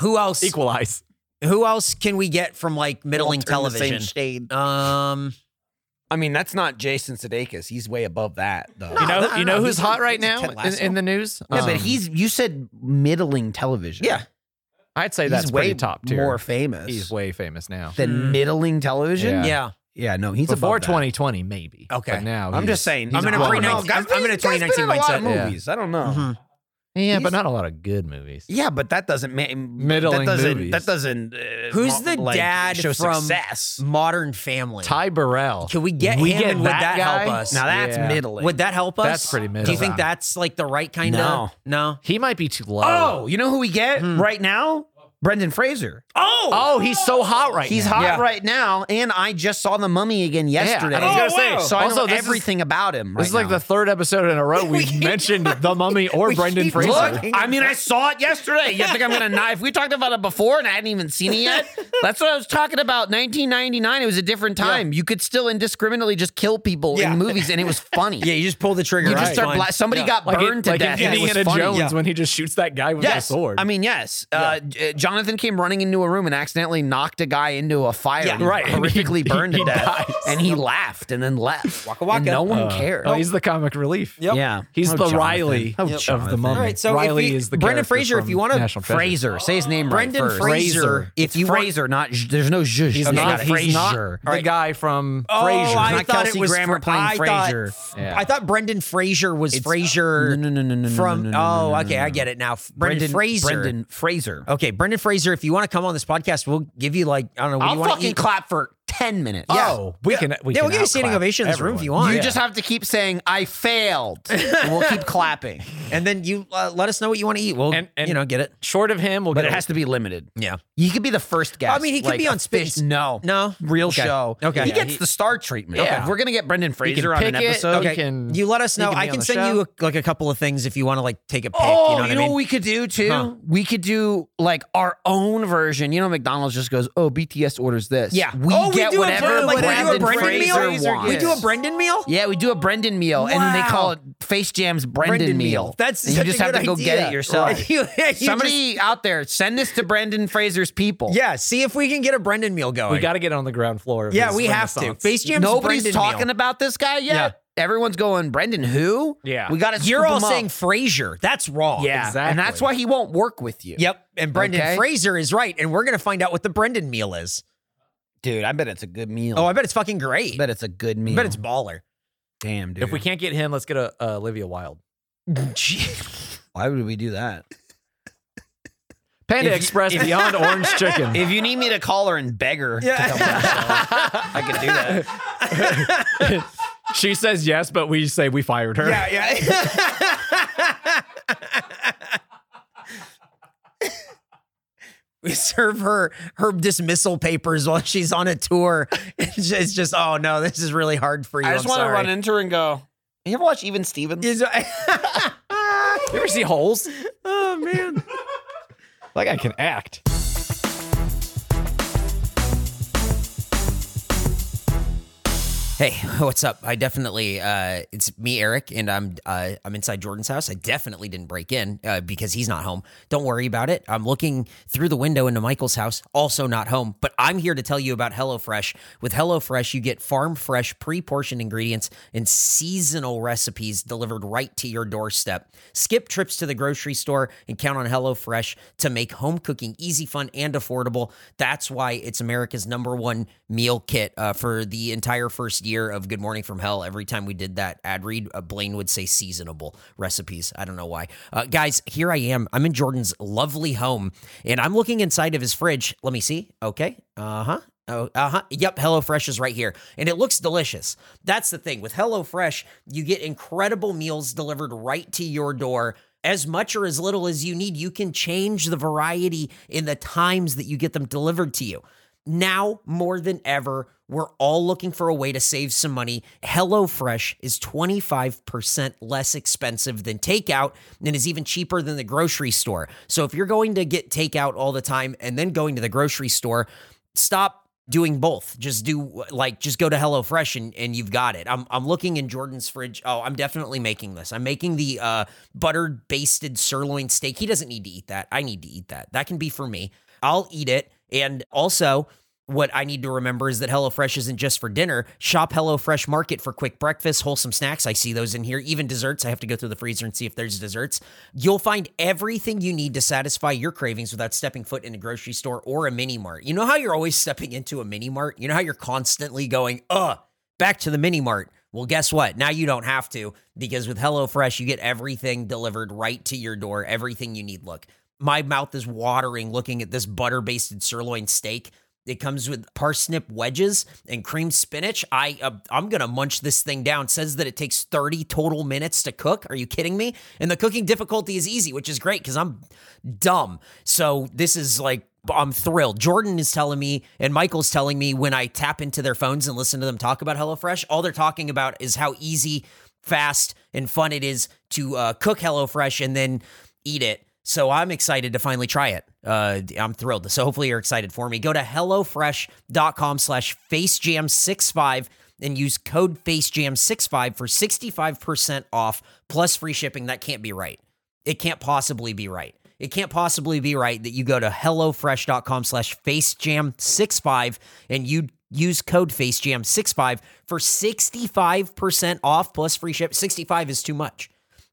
Who else? Equalize. Who else can we get from like middling All turn the same television? shade. Um, I mean, that's not Jason Sudeikis. He's way above that, though. You know, no, you no, know he's who's a- hot right he's a now Ted in, Lasso. in the news? yeah, but Um, he's. You said middling television. yeah, I'd say he's that's way pretty top tier. More famous he's way famous now. than Mm. middling television. Yeah. yeah. Yeah, no, he's Before above that. 2020, maybe. Okay. But now I'm he's- just saying. he's I'm in a well pre- known. no, I'm- I'm in a he's been in 2019 a lot of mindset. Yeah. movies. I don't know. Mhm. Yeah, He's- but not a lot of good movies. Yeah, but that doesn't ma- Middling that doesn't movies. that doesn't uh, Who's mo- the like, dad show from success. Modern Family? Ty Burrell. Can we get him? and would that help guy? us? Now that's Yeah. middling. would that help us? That's pretty Do middle. you think that's like the right kind No. of? No. He might be too low. Oh, you know who we get right now? Brendan Fraser. Oh. Oh, he's so hot right He's now. hot Yeah. right now, and I just saw the mummy again yesterday. I was gonna say, so I also, know this is- everything about him. This right is like now. the third episode in a row we've mentioned the mummy or Brendan keep Fraser. looking. I mean, I saw it yesterday. You think I'm gonna knife? We talked about it before, and I hadn't even seen it yet. That's what I was talking about. 1999. It was a different time. You could still indiscriminately just kill people Yeah. in movies, and it was funny. Yeah, you just pull the trigger. you Right. just start. Fine. Bla- somebody got Like, burned in, to like death. in and it was Indiana funny. Jones when he just shoots that guy with Yes. a sword. I mean, yes. Uh, J- Jonathan came running into a room and accidentally knocked a guy into a fire. Yeah, and right. Horrifically He- burned he to death. dies. And he laughed and then left. Waka waka. no one Uh, cared. Oh, he's the comic relief. Yep. Yeah. He's Oh, the Jonathan. Riley Oh, of the Jonathan. mummy. All right, so if Riley we- is the Brendan character Fraser. Fraser, if you wanna- National Treasure. Fraser. Say his name Brendan right. first. Fraser. Fraser. If It's you want- Fraser, not there's no zhuzh. He's Okay, not, Fraser. he's not the right. guy from Oh, Frasier. I Not thought Kelsey it was Grammer Fra- playing I thought- Frasier. Yeah. I thought Brendan Fraser was No, Fraser no, no, no, no, no, from. no, no, no, oh, no, okay, no, I no. get it now. F- Brendan, Fraser. Oh. Brendan Fraser. Okay, Brendan Fraser. If you want to come on this podcast, we'll give you like I don't know. What do I'll you want fucking eat? clap for ten minutes. Oh, we can. We yeah, can we'll give you a standing outclass ovation in this room if everyone. you want. You Yeah. just have to keep saying I failed. and we'll keep clapping, and then you uh, let us know what you want to eat. We'll And- and- you know get it. Short of him, we'll but get it has to be limited. Yeah. You could be the first guest. I mean, he could like, be on offic- Spitz. No, No? real Okay. show. Okay. he Yeah, gets he- the star treatment. Yeah. If we're gonna get Brendan He can Fraser on an pick it, episode. he can- You let us he know. can be I on can the send show. you like a couple of things if you want to like take a pick. Oh, you know what I mean? what we could do too? Huh. We could do like our own version. You know, McDonald's just goes, "Oh, BTS orders this." Yeah. we Oh, we get do a whatever Brendan- like, we do a Brendan Brendan Fraser meal? wants. we do a Brendan meal. Yeah, we do a Brendan meal, and then they Wow. call it Face Jam's Brendan, meal. That's and you such just a have good to go get idea. it yourself. Right. You- you just- Somebody out there, send this to Brendan Fraser's people. yeah. See if we can get a Brendan meal going. We got to get on the ground floor. Of Yeah, his we have to. renaissance. Face Jam's nobody's Brendan talking meal. about this guy yet. Yeah. Everyone's going Brendan who? Yeah. we got to. You're all saying Frasier. That's wrong. yeah, and that's Exactly. why he won't work with you. Yep. And Brendan Okay. Fraser is right. And we're gonna find out what the Brendan meal is. dude, I bet it's a good meal. Oh, I bet it's fucking great. bet it's a good meal. I bet it's baller. damn, dude. If we can't get him, let's get a, a Olivia Wilde. why would we do that? Panda If you- Express Beyond Orange Chicken. If you need me to call her and beg her, to come on the show, I could do that. she says yes, but we say we fired her. yeah. we serve her her dismissal papers while she's on a tour. It's just, just, oh no, this is really hard for you. I just want to run into her and go. You ever watch Even Stevens? You ever see holes? oh man. Like I can act. Hey, what's up? I definitely uh it's me Eric and I'm uh I'm inside Jordan's house. I definitely didn't break in uh, because he's not home. Don't worry about it. I'm looking through the window into Michael's house, also not home, but I'm here to tell you about HelloFresh. With HelloFresh, you get farm fresh pre-portioned ingredients and seasonal recipes delivered right to your doorstep. Skip trips to the grocery store and count on HelloFresh to make home cooking easy, fun, and affordable. That's why it's America's number one meal kit uh, for the entire first year of Good Morning from Hell. Every time we did that ad read, uh, Blaine would say seasonable recipes. I don't know why. Uh, guys, here I am. I'm in Jordan's lovely home and I'm looking inside of his fridge. Let me see. Okay. Uh huh. Oh, uh huh. Yep. HelloFresh is right here. And it looks delicious. That's the thing. With HelloFresh, you get incredible meals delivered right to your door. As much or as little as you need, you can change the variety in the times that you get them delivered to you. Now, more than ever, we're all looking for a way to save some money. HelloFresh is 25% less expensive than takeout and is even cheaper than the grocery store. So, if you're going to get takeout all the time and then going to the grocery store, stop doing both. Just do like just go to HelloFresh and and you've got it. I'm I'm looking in Jordan's fridge. Oh, I'm definitely making this. I'm making the uh buttered basted sirloin steak. He doesn't need to eat that. I need to eat that. That can be for me. I'll eat it. And also what I need to remember is that HelloFresh isn't just for dinner. Shop HelloFresh Market for quick breakfast, wholesome snacks. I see those in here. Even desserts. I have to go through the freezer and see if there's desserts. You'll find everything you need to satisfy your cravings without stepping foot in a grocery store or a mini mart. You know how you're always stepping into a mini mart? You know how you're constantly going, ugh, back to the mini mart. Well, guess what? Now you don't have to because with HelloFresh, you get everything delivered right to your door, everything you need. Look, my mouth is watering looking at this butter basted sirloin steak. It comes with parsnip wedges and cream spinach. I uh, I'm gonna munch this thing down. Says that it takes 30 total minutes to cook. Are you kidding me? And the cooking difficulty is easy, which is great because I'm dumb. So this is like I'm thrilled. Jordan is telling me, and Michael's telling me when I tap into their phones and listen to them talk about HelloFresh, all they're talking about is how easy, fast, and fun it is to uh, cook HelloFresh and then eat it. So I'm excited to finally try it. Uh, I'm thrilled. So hopefully you're excited for me. Go to HelloFresh.com slash FaceJam65 and use code FaceJam65 for 65% off plus free shipping. That can't be right. It can't possibly be right. It can't possibly be right that you go to HelloFresh.com slash FaceJam65 and you use code FaceJam65 for 65% off plus free ship. 65 is too much.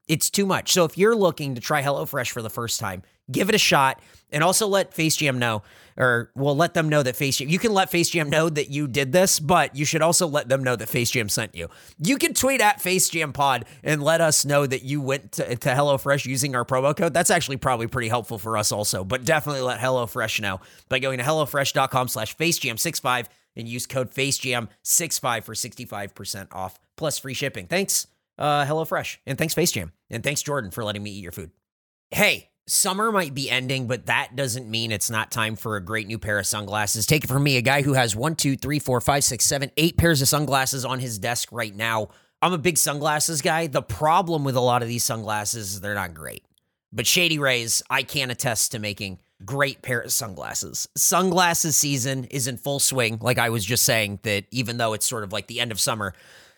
It's too much. So if you're looking to try HelloFresh for the first time, give it a shot and also let FaceJam know or well let them know that FaceJam you can let FaceJam know that you did this, but you should also let them know that FaceJam sent you. You can tweet at FaceJam Pod and let us know that you went to, to HelloFresh using our promo code. That's actually probably pretty helpful for us also, but definitely let HelloFresh know by going to HelloFresh.com slash FaceJam65 and use code FaceJam65 for 65% off plus free shipping. Thanks uh, HelloFresh. And thanks, Face Jam. And thanks, Jordan, for letting me eat your food. Hey, summer might be ending, but that doesn't mean it's not time for a great new pair of sunglasses. Take it from me, a guy who has one, two, three, four, five, six, seven, eight pairs of sunglasses on his desk right now. I'm a big sunglasses guy. The problem with a lot of these sunglasses is they're not great. But Shady Rays, I can attest to making great pair of sunglasses. Sunglasses season is in full swing. Like I was just saying, that even though it's sort of like the end of summer,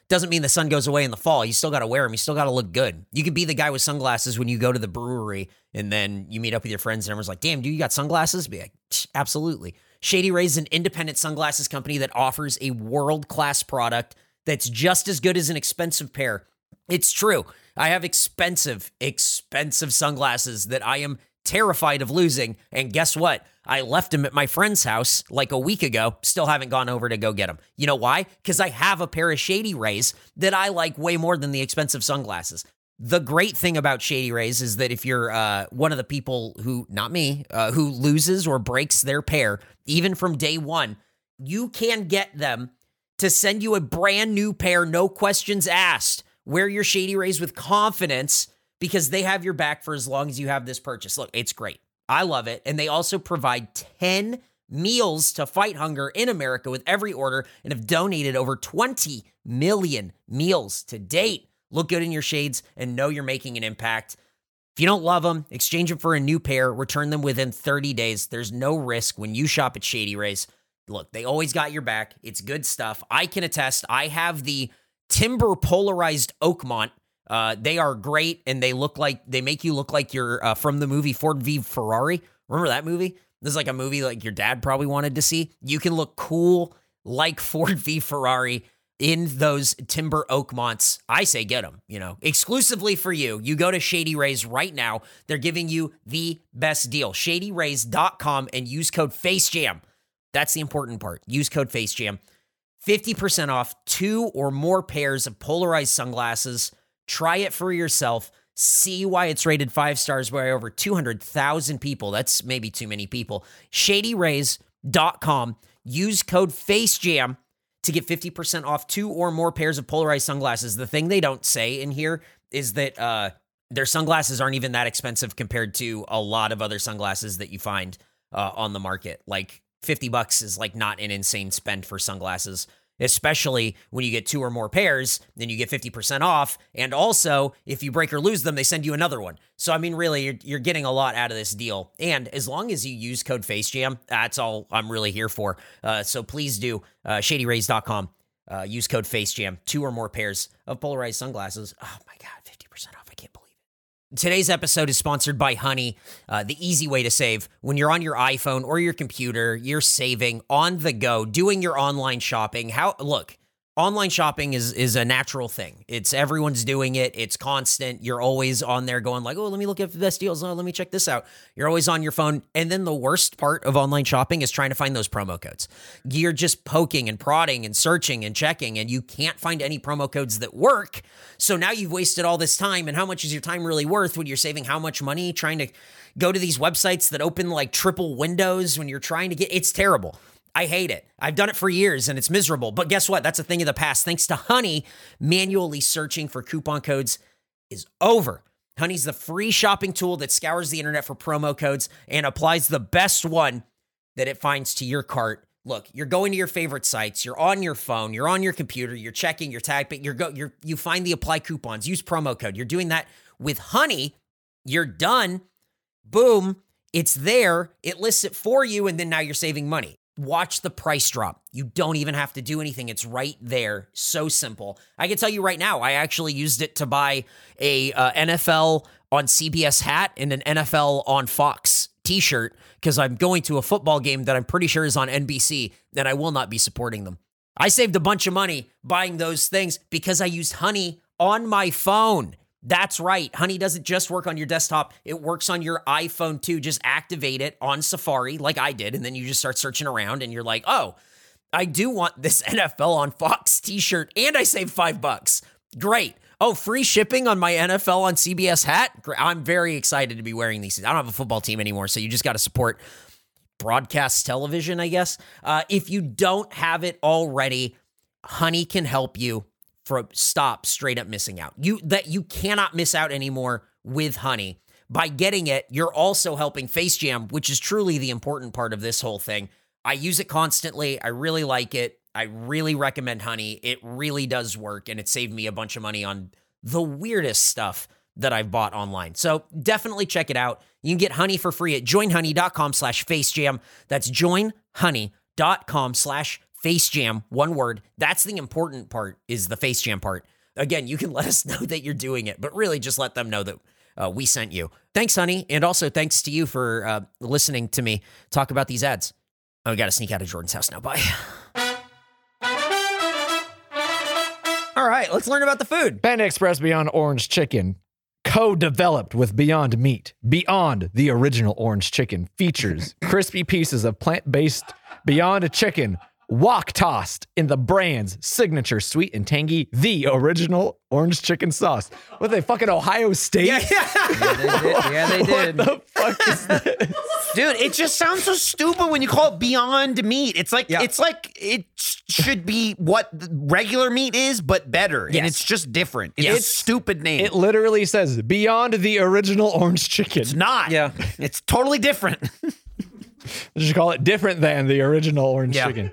doesn't mean the sun goes away in the fall. You still got to wear them. You still got to look good. You could be the guy with sunglasses when you go to the brewery and then you meet up with your friends and everyone's like, damn, dude, you got sunglasses? Be like, absolutely. Shady Rays is an independent sunglasses company that offers a world class product that's just as good as an expensive pair. It's true. I have expensive, expensive sunglasses that I am terrified of losing. And guess what? I left them at my friend's house like a week ago. Still haven't gone over to go get them. You know why? Because I have a pair of Shady Rays that I like way more than the expensive sunglasses. The great thing about Shady Rays is that if you're uh, one of the people who, not me, uh, who loses or breaks their pair, even from day one, you can get them to send you a brand new pair, no questions asked. Wear your Shady Rays with confidence because they have your back for as long as you have this purchase. Look, it's great. I love it. And they also provide 10 meals to fight hunger in America with every order and have donated over 20 million meals to date. Look good in your shades and know you're making an impact. If you don't love them, exchange them for a new pair, return them within 30 days. There's no risk when you shop at Shady Rays. look, they always got your back. It's good stuff. I can attest. I have the timber polarized Oakmont. Uh, they are great, and they look like they make you look like you're uh, from the movie Ford v Ferrari. Remember that movie? This is like a movie like your dad probably wanted to see. You can look cool like Ford v Ferrari in those timber Oakmonts. I say get them. You know, exclusively for you. You go to Shady Rays right now. They're giving you the best deal. ShadyRays.com and use code FaceJam. That's the important part. Use code FaceJam. 50% off two or more pairs of polarized sunglasses. Try it for yourself. See why it's rated five stars by over 200,000 people. That's maybe too many people. ShadyRays.com. Use code FaceJam to get 50% off two or more pairs of polarized sunglasses. The thing they don't say in here is that uh, their sunglasses aren't even that expensive compared to a lot of other sunglasses that you find uh, on the market. Like 50 bucks is like not an insane spend for sunglasses, especially when you get two or more pairs, then you get 50% off. And also, if you break or lose them, they send you another one. So, I mean, really, you're, you're getting a lot out of this deal. And as long as you use code FaceJam, that's all I'm really here for. Uh, so please do uh, shadyrays.com. Uh, use code FaceJam, two or more pairs of polarized sunglasses. Oh my God, 50% off. I can't believe it. Today's episode is sponsored by Honey, uh, the easy way to save. When you're on your iPhone or your computer, you're saving on the go, doing your online shopping. How look, online shopping is is a natural thing. It's everyone's doing it. It's constant. You're always on there going like, oh, let me look at the best deals. Oh, let me check this out. You're always on your phone. And then the worst part of online shopping is trying to find those promo codes. You're just poking and prodding and searching and checking, and you can't find any promo codes that work. So now you've wasted all this time. And how much is your time really worth when you're saving how much money trying to go to these websites that open like triple windows when you're trying to get it's terrible. I hate it. I've done it for years and it's miserable. But guess what? That's a thing of the past. Thanks to Honey, manually searching for coupon codes is over. Honey's the free shopping tool that scours the internet for promo codes and applies the best one that it finds to your cart. Look, you're going to your favorite sites, you're on your phone, you're on your computer, you're checking, you're typing, you're go you're you find the apply coupons, use promo code. You're doing that with Honey, you're done. Boom, it's there. It lists it for you and then now you're saving money watch the price drop. You don't even have to do anything. It's right there. So simple. I can tell you right now, I actually used it to buy a uh, NFL on CBS hat and an NFL on Fox t-shirt because I'm going to a football game that I'm pretty sure is on NBC and I will not be supporting them. I saved a bunch of money buying those things because I used Honey on my phone. That's right. Honey doesn't just work on your desktop, it works on your iPhone too. Just activate it on Safari like I did. And then you just start searching around and you're like, oh, I do want this NFL on Fox t shirt and I saved five bucks. Great. Oh, free shipping on my NFL on CBS hat. Great. I'm very excited to be wearing these. I don't have a football team anymore, so you just got to support broadcast television, I guess. Uh, if you don't have it already, Honey can help you from stop straight up missing out. You that you cannot miss out anymore with honey. By getting it, you're also helping Face Jam, which is truly the important part of this whole thing. I use it constantly. I really like it. I really recommend honey. It really does work and it saved me a bunch of money on the weirdest stuff that I've bought online. So definitely check it out. You can get honey for free at joinhoney.com slash facejam. That's joinhoney.com slash face jam one word that's the important part is the face jam part again you can let us know that you're doing it but really just let them know that uh, we sent you thanks honey and also thanks to you for uh, listening to me talk about these ads oh we gotta sneak out of jordan's house now bye all right let's learn about the food Panda Express Beyond Orange Chicken, co developed with Beyond Meat, Beyond the original Orange Chicken, features crispy pieces of plant based Beyond Chicken, wok tossed in the brand's signature sweet and tangy, the original Orange Chicken sauce. What they fucking Ohio State? They did- yeah, they did. the fuck is this? Dude, it just sounds so stupid when you call it beyond meat. It's like Yeah. it's like it sh- should be what the regular meat is, but better, and Yes. it's just different. It's Yes. a stupid name. It literally says Beyond the original Orange Chicken. it's not. Yeah. it's totally different. They should call it different than the original Orange Yeah. Chicken.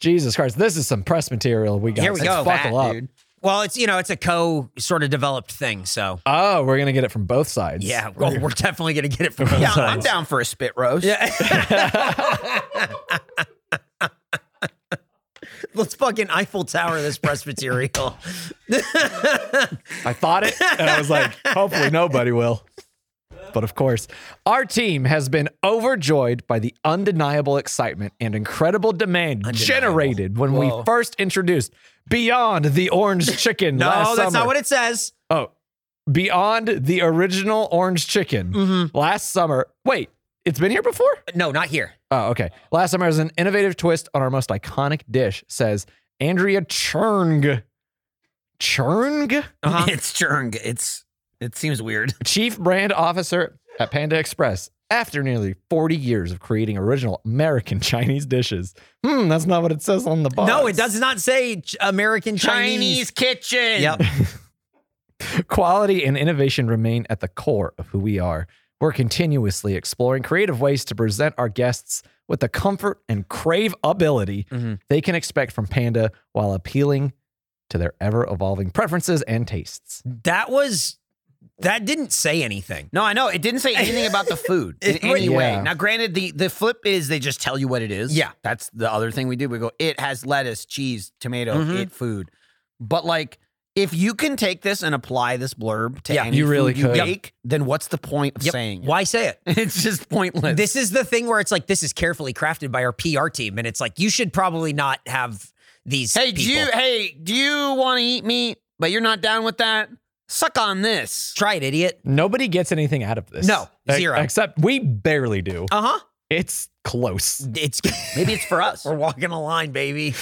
Jesus Christ, this is some press material we got. Here we Let's go, Buckle that, up. dude. well it's you know it's a co sort of developed thing so Oh, we're gonna get it from both sides. yeah well, we're definitely gonna get it from Yeah, I'm down for a spit roast. Yeah. let's fucking Eiffel Tower this Presbyterial. I thought it, and I was like, hopefully nobody will. But of course, our team has been overjoyed by the undeniable excitement and incredible demand generated when Whoa. we first introduced Beyond the Orange Chicken no, last that's not summer. what it says. oh, Beyond the Original Orange Chicken Mm-hmm. last summer. Wait, it's been here before? No, not here. Oh, okay. Last summer was an innovative twist on our most iconic dish, says Andrea Churng. Churng? Uh-huh. It's churng. It's it seems weird. Chief Brand Officer at Panda Express. After nearly 40 years of creating original American Chinese dishes. Hmm, that's not what it says on the box. No, it does not say Ch- American Oh, Chinese. Chinese kitchen. Yep. Quality and innovation remain at the core of who we are. We're continuously exploring creative ways to present our guests with the comfort and crave ability Mhm. they can expect from Panda while appealing to their ever evolving preferences and tastes. That was that didn't say anything. No, I know. It didn't say anything about the food in It- any Yeah. way. Now, granted, the, the flip is they just tell you what it is. Yeah. That's the other thing we do. We go, it has lettuce, cheese, tomato, Mhm. it food. But like, if you can take this and apply this blurb to Yeah, any you really food you could. Yep. make, then what's the point of Yep. saying it? Why say it? It's just pointless. This is the thing where it's like this is carefully crafted by our PR team, and it's like you should probably not have these. hey, do people. you, hey, do you want to eat meat, but you're not down with that? Suck on this. try it, idiot? Nobody gets anything out of this. No, E- zero. Except we barely do. Uh huh. It's close. It's Maybe it's for us. we're walking a line, baby.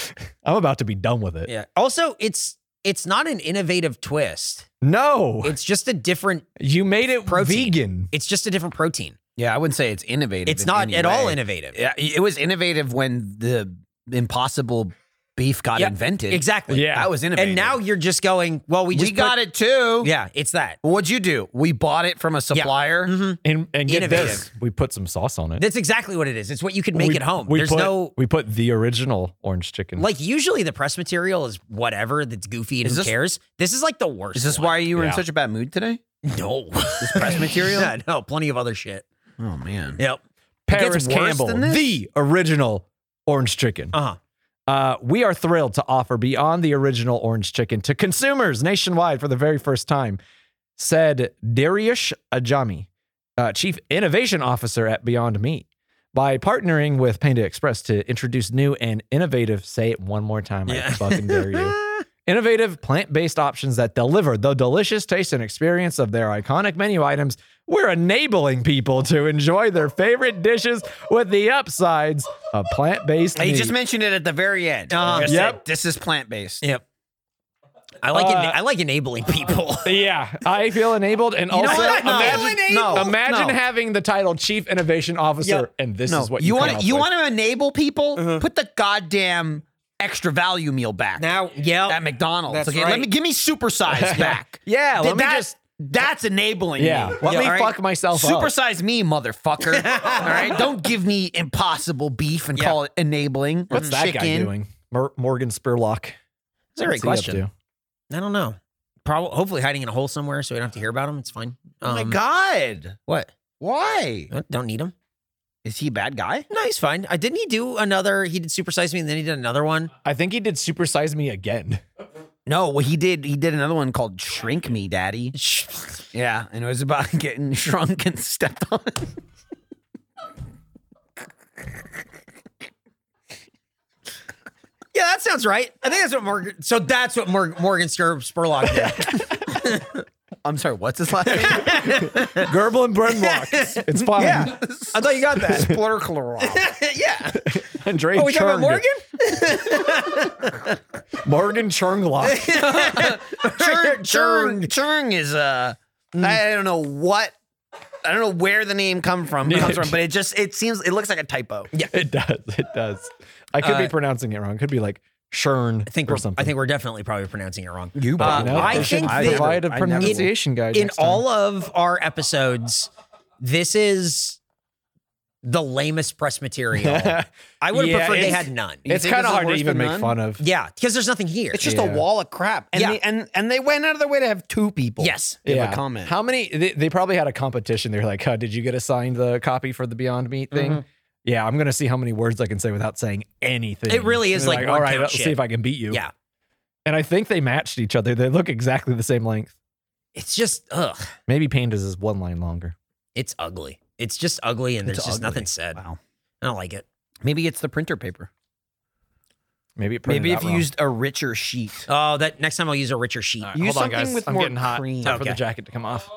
I'm about to be done with it. Yeah. Also, it's it's not an innovative twist. No, It's just a different. you made it Protein. vegan. It's just a different protein. Yeah, I wouldn't say it's innovative. It's in not any at all way. innovative. Yeah, it was innovative when the impossible beef got Yeah, invented. Exactly. Yeah. That was innovative. And now you're just going. Well, we we, just got it too. Yeah, it's that. What'd you do? We bought it from a supplier. And, and get Innovative. this, we put some sauce on it. That's exactly what it is. It's what you could make we, at home. We There's put, no We put the original orange chicken. like usually the press material is whatever that's goofy and Is who this- cares. This is like the worst. Is this one. why you were Yeah. in such a bad mood today? No. This press material? yeah, no, plenty of other shit. Oh man. Yep. gets Paris worse Campbell, than this? the original orange chicken. Uh-huh. Uh, we are thrilled to offer Beyond the Original Orange Chicken to consumers nationwide for the very first time, said Dariush Ajami, uh, Chief Innovation Officer at Beyond Meat. By partnering with Panda Express to introduce new and innovative, say it one more time, Yeah. I fucking dare you. Innovative plant based options that deliver the delicious taste and experience of their iconic menu items. We're enabling people to enjoy their favorite dishes with the upsides of plant based. He just mentioned it at the very end. Uh, Just yep. said, this is plant based. Yep. I like Uh, ena- I like enabling people. Yeah, I feel enabled, and also what? No. imagine, No. imagine No. having the title Chief Innovation Officer, Yep. and this No, is what you you want to you want. want to enable people. Put the goddamn extra value meal back Uh-huh. now, yeah. at McDonald's. That's okay, right. let me give me supersize back. Yeah, Th- let me that- just. That's enabling Yeah, me. let me all fuck myself up. Supersize me, motherfucker. All right, don't give me impossible beef and Yeah. call it enabling. What's or that chicken. guy doing? Mor- Morgan Spurlock. That's a great What's he up question. I don't know. Probably hopefully hiding in a hole somewhere so we don't have to hear about him. It's fine. Oh my Um, god! What? Why I Don't need him. is he a bad guy? No, he's fine. Uh, didn't he do another? He did supersize me, and then he did another one. to? I think he did Supersize Me again. No, well, he did. He did another one called "Shrink Me, Daddy." Yeah, and it was about getting shrunk and stepped on. Yeah, that sounds right. I think that's what Morgan. So that's what Mor- Morgan Spur- Spurlock did. I'm sorry. What's his last name? Gerbil and Burnlock. It's fine. yeah, I thought you got that. Splurklerov. yeah. Andre Are we talking about Cherned. Morgan? Morgan Chernlock. Churn, churn, churn is uh, I I don't know what. I don't know where the name come from comes from, but it just it seems it looks like a typo. yeah, it does. It does. I could be pronouncing it wrong. Could be like Chern. Uh, I think or we're. something. I think we're definitely probably pronouncing it wrong. You Uh, No, I they should think that- provide a I never will. pronunciation guide in next time. all of our episodes, this is the lamest press material. I would have Yeah, preferred they it's- had none. You it's think kind this is of hard to worse even than make none? fun of. Yeah, because there's nothing here. It's just Yeah. a wall of crap. And Yeah. they, and and they went out of their way to have two people. yes. give a comment. Mm-hmm. How many? They, they probably had a competition. They're like, huh, "Did you get assigned the copy for the Beyond Meat thing?" yeah, I'm gonna see how many words I can say without saying anything. It really is They're like one count let's shit." see if I can beat you. Yeah. and I think they matched each other. They look exactly the same length. It's just ugh. Maybe Pandas is one line longer. It's ugly. It's just ugly, and there's It's just ugly. nothing said. Wow. I don't like it. Maybe it's the printer paper. Maybe it printed Maybe out if you wrong. used a richer sheet. Oh, that next time I'll use a richer sheet. All right, Use hold on, something guys. with I'm more getting hot. cream. Time for the Okay. Hmm. jacket to come off.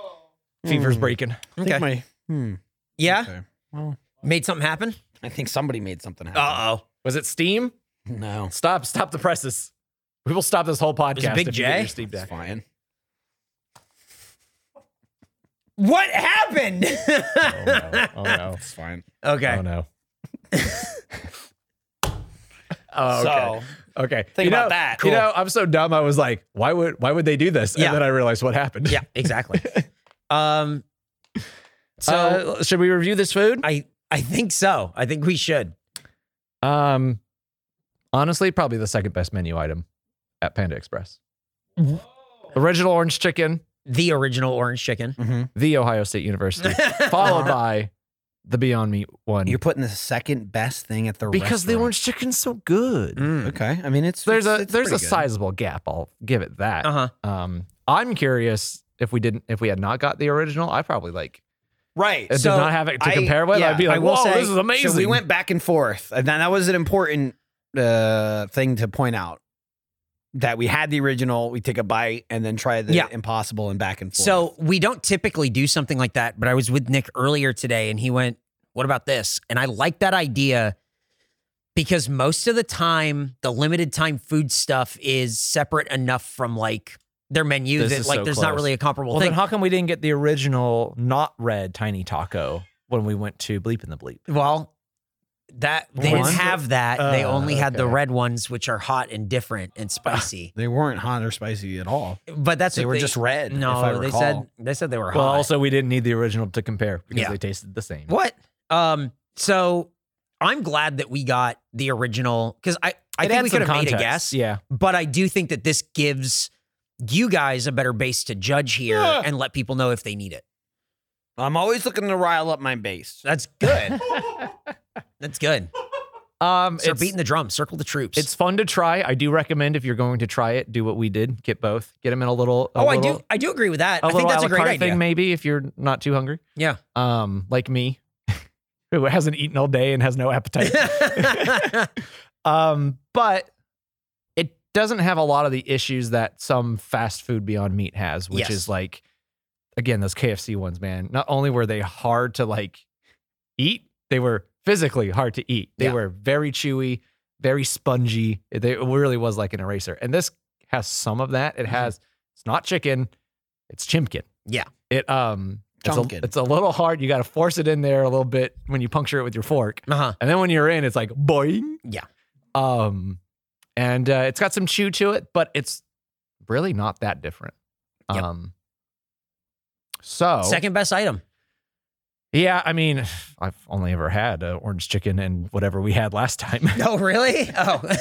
Fever's breaking. Okay. my, hmm. yeah. Okay. Well, Made something happen? I think somebody made something happen. Uh oh. Was it steam? no, Stop! Stop the presses. We will stop this whole it podcast. Big if you get J? your Steam it's Deck. fine. What happened? Oh no! Oh no! It's fine. okay. Oh no! oh, okay. okay. Think you know, about that. You Cool. know, I'm so dumb. I was like, why would why would they do this? Yeah. And then I realized what happened. Yeah, exactly. um. So Uh, should we review this food? I I think so. I think we should. Um, honestly, probably the second best menu item at Panda Express. Original orange chicken, The original orange chicken. Mm-hmm. the Ohio State University, followed by the Beyond Meat one. You're putting the second best thing at the because the restaurant. orange chicken's so good. Okay, I mean it's Mm, There's it's- a it's there's a pretty good. Uh-huh. sizable gap. I'll give it that. Uh huh. Um, I'm curious if we didn't if we had not got the original, I probably like uh, right. did So, not have it to I- compare with. yeah, I'd be I like, will whoa, say, this is amazing. So we went back and forth, and that that was an important uh, thing to point out that we had the original. We take a bite and then try the Yeah. impossible and back and forth. So we don't typically do something like that, but I was with Nick earlier today and he went, What about this? And I like that idea because most of the time, the limited time food stuff is separate enough from like their menu This that is like so there's not close. really a comparable Well, thing. then how come we didn't get the original not red tiny taco when we went to Bleep in the Bleep? well, that they One? didn't have that. they Uh, only had the okay. red ones, which are hot and different and spicy. they weren't hot or spicy at all. Ah. But that's They what were just red. No, if I they recall. said they said they were Well, hot. also we didn't need the original to compare because Yeah. they tasted the same. What? Um, so I'm glad that we got the original because I, I It think adds we some could have made a context. guess, Yeah, but I do think that this gives you guys a better base to judge here and let people know if they need it. I'm always looking to rile up my base. That's good. That's good. um, Start it's, beating the drum, circle the troops. it's fun to try. I do recommend if you're going to try it, do what we did: get both, get them in a little. A oh, I little, do I do agree with that. A I little think that's la a great carte idea. thing, maybe if you're not too hungry. Yeah. Um, like me, who hasn't eaten all day and has no appetite. Um, but it doesn't have a lot of the issues that some fast food Beyond Meat has, which Yes. is like, again, those KFC ones, man. Not only were they hard to like eat, they were physically hard to eat. They Yeah. were very chewy, very spongy. It, they, it really was like an eraser. And this has some of that. It has. It's not chicken. It's chimkin. Mm-hmm. Yeah. It um. It's a, Chunkin. it's a little hard. You got to force it in there a little bit when you puncture it with your fork. uh-huh. And then when you're in, it's like boing. Yeah. Um, and uh, it's got some chew to it, but it's really not that different. Yep. Um, so Oh. Second best item. yeah, I mean, I've only ever had uh, orange chicken and whatever we had last time. Oh, really? Oh.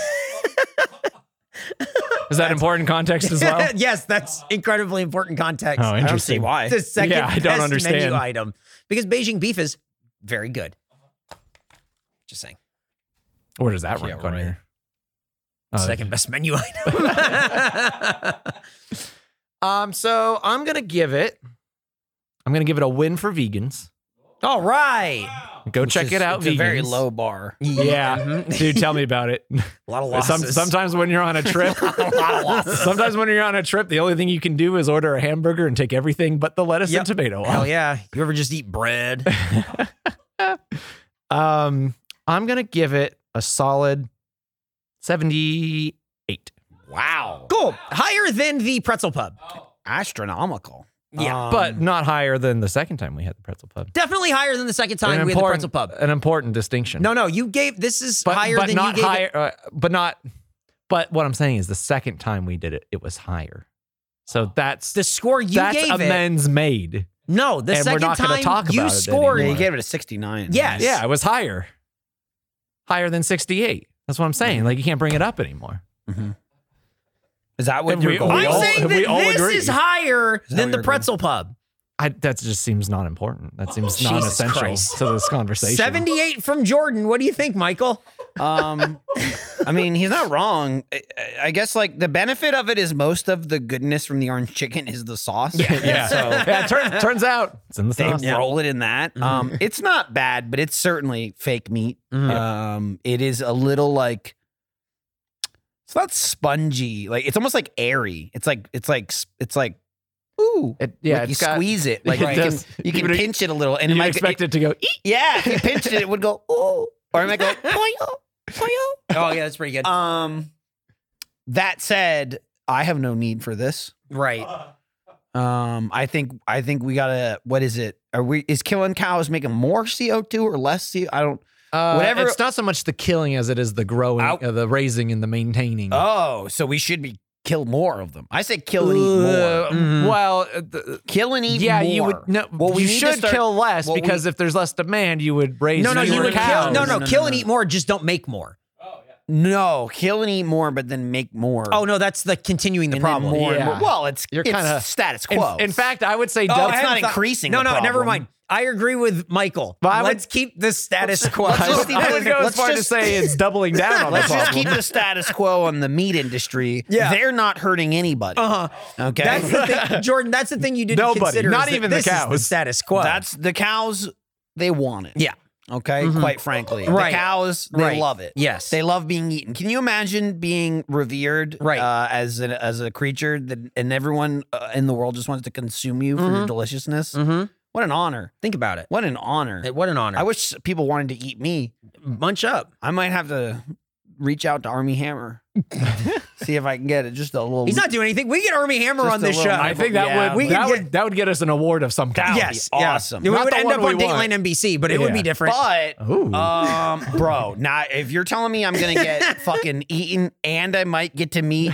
Is that important context as well? yes, that's incredibly important context. Oh, I don't see interesting. why. It's the second Yeah, I don't best understand. menu item because Beijing beef is very good. Just saying, Where does that rank on right. here? Oh, second best menu item. Um, so I'm gonna give it. I'm gonna give it a win for vegans. All right, Go Which check is- it out. It's a very vegans. low bar. Yeah, Mhm. dude, tell me about it. a lot of Some, losses. sometimes when you're on a trip, sometimes when you're on a trip, the only thing you can do is order a hamburger and take everything but the lettuce Yep. and tomato Hell off. yeah! You ever just eat bread? Um, I'm gonna give it a solid 78. Wow, cool, higher than the pretzel pub. astronomical. Um, Yeah, but not higher than the second time we had the pretzel pub. definitely higher than the second time we had the pretzel pub. an important distinction. No, no, you gave this is but, higher but than not you gave. higher. uh, but not. But what I'm saying is, the second time we did it, it was higher. So that's The score you that's gave it. amends made. No, the and we're second not gonna time talk you about it anymore. scored. Yeah, you gave it a 69. Yes. Yeah, it was higher. Higher than 68. That's what I'm saying. Mm-hmm. Like, you can't bring it up anymore. Is that what And you're we- going? we I'm all- saying that we all this agree. is higher that than what the you're pretzel pub. I, that just seems not important. That Oh, seems non-essential Christ. to this conversation. 78 from Jordan. What do you think, Michael? Um, I mean, he's not wrong. I, I guess like the benefit of it is most of the goodness from the orange chicken is the sauce. Yeah. So yeah. Turns turns out it's in the they sauce. Mm-hmm. roll it in that. Um, it's not bad, but it's certainly fake meat. Mm-hmm. Um, it is a little like it's not spongy. Like it's almost like airy. It's like it's like s- it's like ooh. It, yeah. like you it's got- squeeze it. Like it you does. can, you You can would- pinch it a little, and it You might expect it, it to go. "Eek." Yeah, if you pinched it, it would go ooh, or it might go poyo, poyo. Oh, yeah, that's pretty good. Um, that said, I have no need for this. right. Um, I think I think we gotta. What is it? Are we is killing cows making more CO two or less CO? I don't. Uh, Whatever- It's not so much the killing as it is the growing, Out. uh, the raising, and the maintaining. Oh, so we should be kill more of them. I say kill and eat Uh, more. Mhm. Well, uh, th- Kill and Mm-hmm. eat. yeah, more. you would. No, Well, we you need to should start- Uh, kill less what we- because if there's less demand, you would raise. No, no, fewer you would cows. kill. No, no, No, no, kill no, and no. eat more. Just don't make more. No, kill and eat more, but then make more. Oh no, that's the continuing the and then problem. more and Yeah. more. Well, it's You're it's kinda- status In, quo. in fact, I would say Oh, double. it's I not haven't thought- increasing No, the no, never problem. mind. I agree with Michael. But I would- Let's keep this status quo. let's I just would, keep I would it- go as let's far to just- say it's doubling down on the Let's problem. just keep the status quo on the meat industry. Yeah. They're not hurting anybody. Uh, Uh-huh. Okay. That's the thing, Jordan. That's the thing you didn't Nobody, consider. not is that even the this is cows. status quo. That's the cows, they want it. Yeah. Mm-hmm. Okay. Quite frankly. Right. The cows, they Right. love it. Yes. They love being eaten. Can you imagine being revered Right. uh, as, an, as a creature that, and everyone uh, in the world just wants to consume you for Mm-hmm. your deliciousness? Mhm. What an honor. Think about it. What an honor. Hey, What an honor. I wish people wanted to eat me. munch up. I might have to reach out to Army Hammer, see if I can get it just a little. He's not doing anything. We get Army Hammer Just on a this show. little I think that Yeah, would we that could would that would get us an award of some kind. yes, be yeah. awesome. We Not would the end one up we on Dateline want. NBC, but it Yeah. would be different. But Ooh. Um, bro, now if you're telling me I'm gonna get fucking eaten and I might get to meet,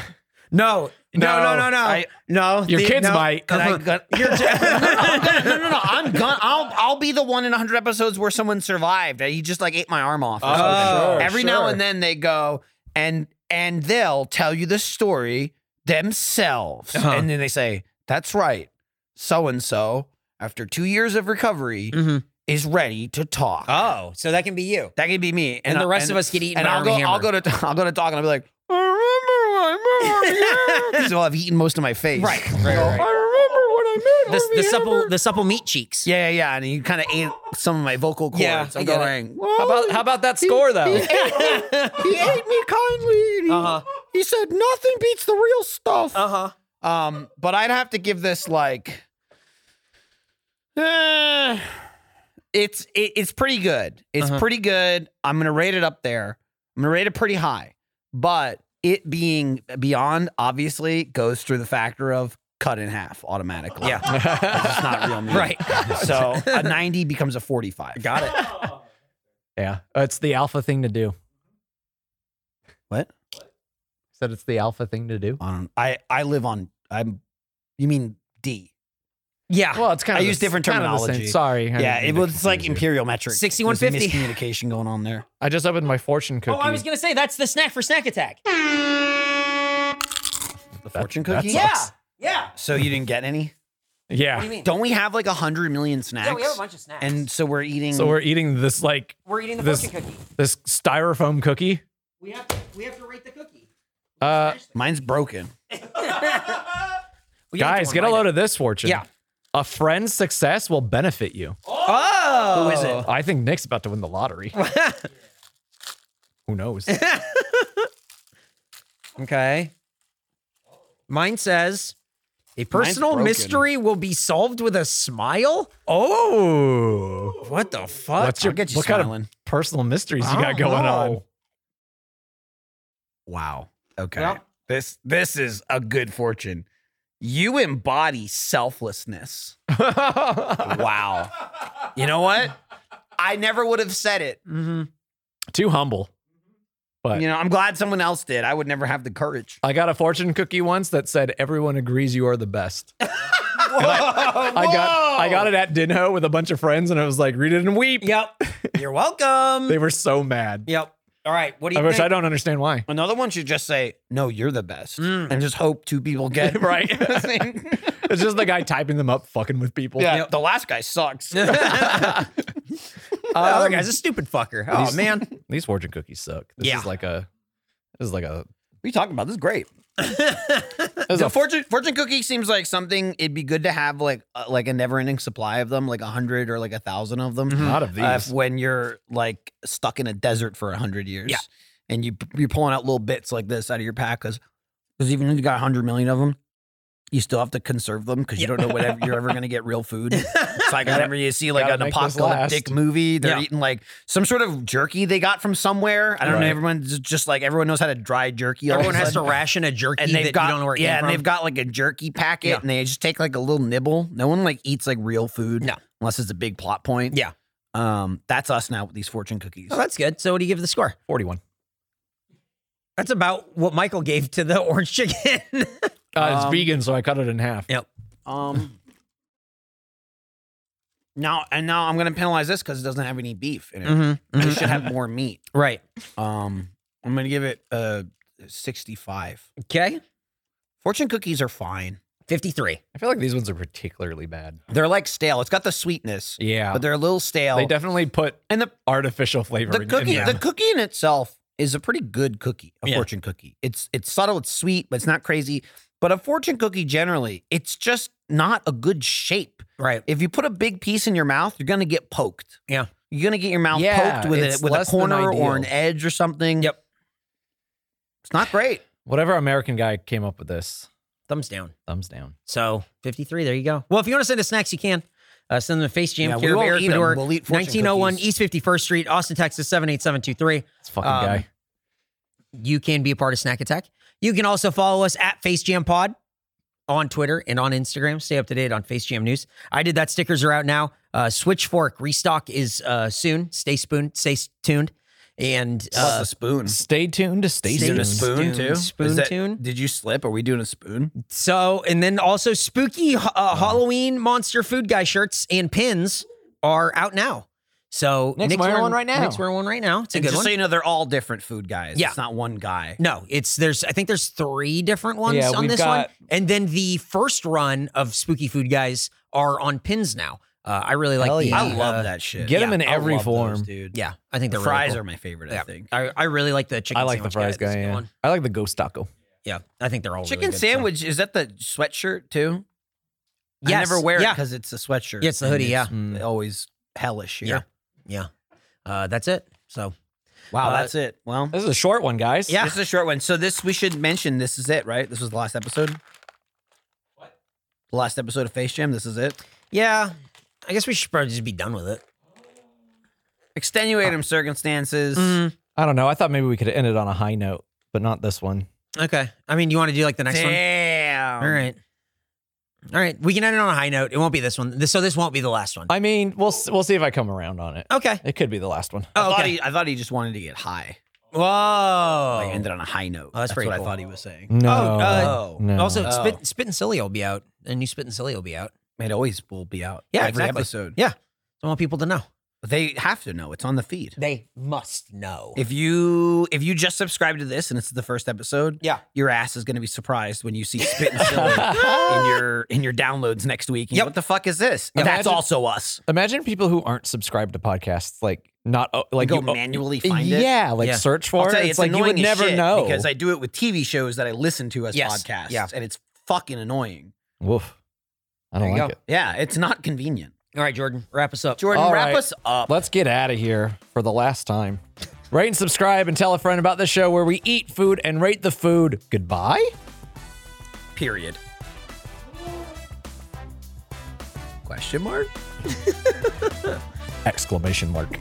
no, no, no, No. no, no, I- no. Your the- kids no. might. and I got, you're j- no, no, I'm gonna, no, no, no, I'm gonna, I'll, I'll be the one in 100 episodes where someone survived. He just like ate my arm off. Or Oh, something. Oh, sure, Uh, Every now sure. and then they go and and they'll tell you the story themselves, Uh-huh. and then they say, "That's right, so and so." After two years of recovery, Mhm. is ready to talk. Oh, so that can be you. That could be me, And, the I- rest and- of us get eaten and by I'll Army go. Hammer. I'll go to. I'll go to talk, and I'll be like, I remember, I remember, because I'll have eaten most of my face. Right, right, right, right. remember The, the supple, the supple meat cheeks. Yeah, yeah, yeah. And you kind of ate some of my vocal cords. Yeah, I I'm get it. going. How about how about that score though? he ate me kindly. and he, Uh-huh. Uh. he said nothing beats the real stuff. huh. Um, but I'd have to give this like, eh, it's it, it's pretty good. It's Uh-huh. pretty good. I'm gonna rate it up there. I'm gonna rate it pretty high. But it being beyond obviously goes through the factor of cut in half automatically. Yeah. it's not real meat. Right. So a 90 becomes a 45. Got it. Yeah, Oh, it's the alpha thing to do. What? Said it's the alpha thing to do. On I I live on I'm. You mean D? Yeah. Well, it's kind I of use the- different kind of the same- terminology. Sorry. I Yeah, didn't it mean to was like confuse you. imperial metric. 6150. There's miscommunication going on there. I just opened my fortune cookie. Oh, I was gonna say that's the snack for snack attack. The fortune that cookie. sucks. Yeah. Yeah. So you didn't get any? yeah. mean? Don't we have like a hundred million snacks? Yeah, we have a bunch of snacks. And so we're eating. So we're eating this like we're eating the this- fortune cookie. this styrofoam cookie. We have to we have to rate the cookie. Uh, mine's broken. We have to guys, get a rate load it. of this fortune. Yeah. A friend's success will benefit you. Uh, Oh, Who is it? I think Nick's about to win the lottery. Who knows? Okay. Mine says a personal broken. mystery will be solved with a smile. Oh, What the fuck? what's your I'll get you what kind smiling. of personal mysteries you I got don't going on? know. Wow. Okay. Well- this this is a good fortune. You embody selflessness. Wow. you know what? I never would have said it. Too humble. But You know, I'm glad someone else did. I would never have the courage. I got a fortune cookie once that said everyone agrees you are the best. And I, I got I got it at Dinho with a bunch of friends and I was like, read it and weep. Yep. You're welcome. They were so mad. yep. All right. What do I you wish think? I don't understand why. Another one should just say, "No, you're the best," Mm. and just hope two people get Right. the same. It's just the guy typing them up, fucking with people. Yeah, the last guy sucks. Uh, The other guy's a stupid fucker. Oh man. These fortune cookies suck. This Yeah. is like a. This is like a. you talking about? This is great. This is The a fortune. Fortune cookie seems like something it'd be good to have, like uh, like a never ending supply of them, like a hundred or like a thousand of them. lot of uh, these. when you're like stuck in a desert for a hundred years. Yeah. And you you're pulling out little bits like this out of your pack because even if you got a hundred million of them, you still have to conserve them because you don't know whenever you're ever gonna get real food. It's like whenever you see like gotta an make this apocalyptic last. movie, they're Yeah. eating like some sort of jerky they got from somewhere. I don't know. Right. Everyone's just like everyone knows how to dry jerky. all of a Everyone has to sudden. ration a jerky And that they've you don't know where got it yeah, came and from. they've got like a jerky packet, Yeah. and they just take like a little nibble. No one like eats like real food, No. unless it's a big plot point. Yeah. um, that's us now with these fortune cookies. Oh, that's good. So what do you give the score? Forty-one. That's about what Michael gave to the orange chicken. Uh, it's Um, vegan, so I cut it in half. Yeah. Um. Now and now I'm gonna penalize this because it doesn't have any beef in it. Mm-hmm. It should have more meat. Right. Um, I'm gonna give it a 65. Okay. Fortune cookies are fine. 53. I feel like these ones are particularly bad. They're like stale. It's got the sweetness, Yeah. but they're a little stale. They definitely put and the artificial flavor the in, cookie, in the them. cookie in itself is a pretty good cookie. A Yeah. fortune cookie. It's it's subtle. It's sweet, but it's not crazy. But a fortune cookie generally, it's just not a good shape. Right. If you put a big piece in your mouth, you're gonna get poked. Yeah. You're gonna get your mouth Yeah, poked with it's a with a less than corner or an ideal. edge or something. Yep. It's not great. Whatever American guy came up with this, Thumbs down. thumbs down. So 53. There you go. Well, if you want to send us snacks, you can. Uh, send them to Face Jam, Yeah, we care of won't Eric eat 'em. Fedor, We'll eat fortune 1901 cookies. East 51st Street, Austin, Texas, 78723. It's fucking Um, guy. You can be a part of Snack Attack. You can also follow us at Face Jam Pod on Twitter and on Instagram. Stay up to date on Face Jam News. I did that. Stickers are out now. Uh, Switch Fork restock is uh, soon. Stay spoon. Stay s- tuned. And Plus uh, a spoon. Stay tuned to Stay, Stay Is it tuned. a tuned. spoon too? Spoon Is that- tune? Did you slip? Are we doing a spoon? So, and then also spooky uh, Halloween monster food guy shirts and pins are out now. So Nick's wearing one right now. Nick's wearing one right now. It's a And good just one. so you know, they're all different food guys. Yeah. It's not one guy. no, it's there's I think there's three different ones Yeah, on we've this got- one, and then the first run of spooky food guys are on pins now. Uh, I really like. Hell the, yeah. I uh, love that shit. Get them yeah, in I every love those, form. dude. Yeah, I think The they're fries really are my favorite, cool. I think. I, I really like the chicken. I like the sandwich fries That's a guy. good yeah. one. I like the ghost taco. yeah, I think they're all really Chicken good, so- sandwich is that the sweatshirt too? I Yes, never wear yeah. it because it's a sweatshirt. Yeah, it's the and hoodie, yeah. Mm. it's always hellish. Here. Yeah. Yeah, uh, that's it. So Wow, Uh, that's it. Well, This is a short one, guys. Yeah. this is a short one. So this we should mention. This is it, right? This was the last episode. What? The last episode of Face Jam. This is it. yeah, I guess we should probably just be done with it. Extenuating Oh. circumstances. Mm-hmm. I don't know. I thought maybe we could end it on a high note, but not this one. Okay. I mean, you want to do like the next Damn. one? All right. All right. We can end it on a high note. It won't be this one. This, so this won't be the last one. I mean, we'll s- we'll see if I come around on it. Okay. It could be the last one. I, Oh, thought okay. he, I thought he just wanted to get high. Whoa. Like ended on a high note. Oh, that's pretty what cool. I thought he was saying. No. uh, no. Also, Oh. Spit, Spit and Silly will be out. A new Spit and Silly will be out. It always will be out. Yeah, every exactly. episode. Yeah. I want people to know. They have to know. It's on the feed. They must know. If you if you just subscribe to this and it's the first episode, Yeah. your ass is going to be surprised when you see spit and silly in your in your downloads next week. You Yep. know, what the fuck is this? Yep. That's Imagine- also us. Imagine people who aren't subscribed to podcasts, like not oh, like go you, oh, manually find it. yeah, like Yeah. search I'll for it. tell you, it's, like you would annoying as never shit know. because I do it with TV shows that I listen to as Yes. podcasts, Yeah. and it's fucking annoying. Woof. I don't There you like go. it. Yeah, it's not convenient. All right, Jordan, wrap us up. Jordan, All wrap right. us up. Let's get out of here for the last time. Rate and subscribe and tell a friend about the show where we eat food and rate the food. Goodbye. Period. Question mark. Exclamation mark.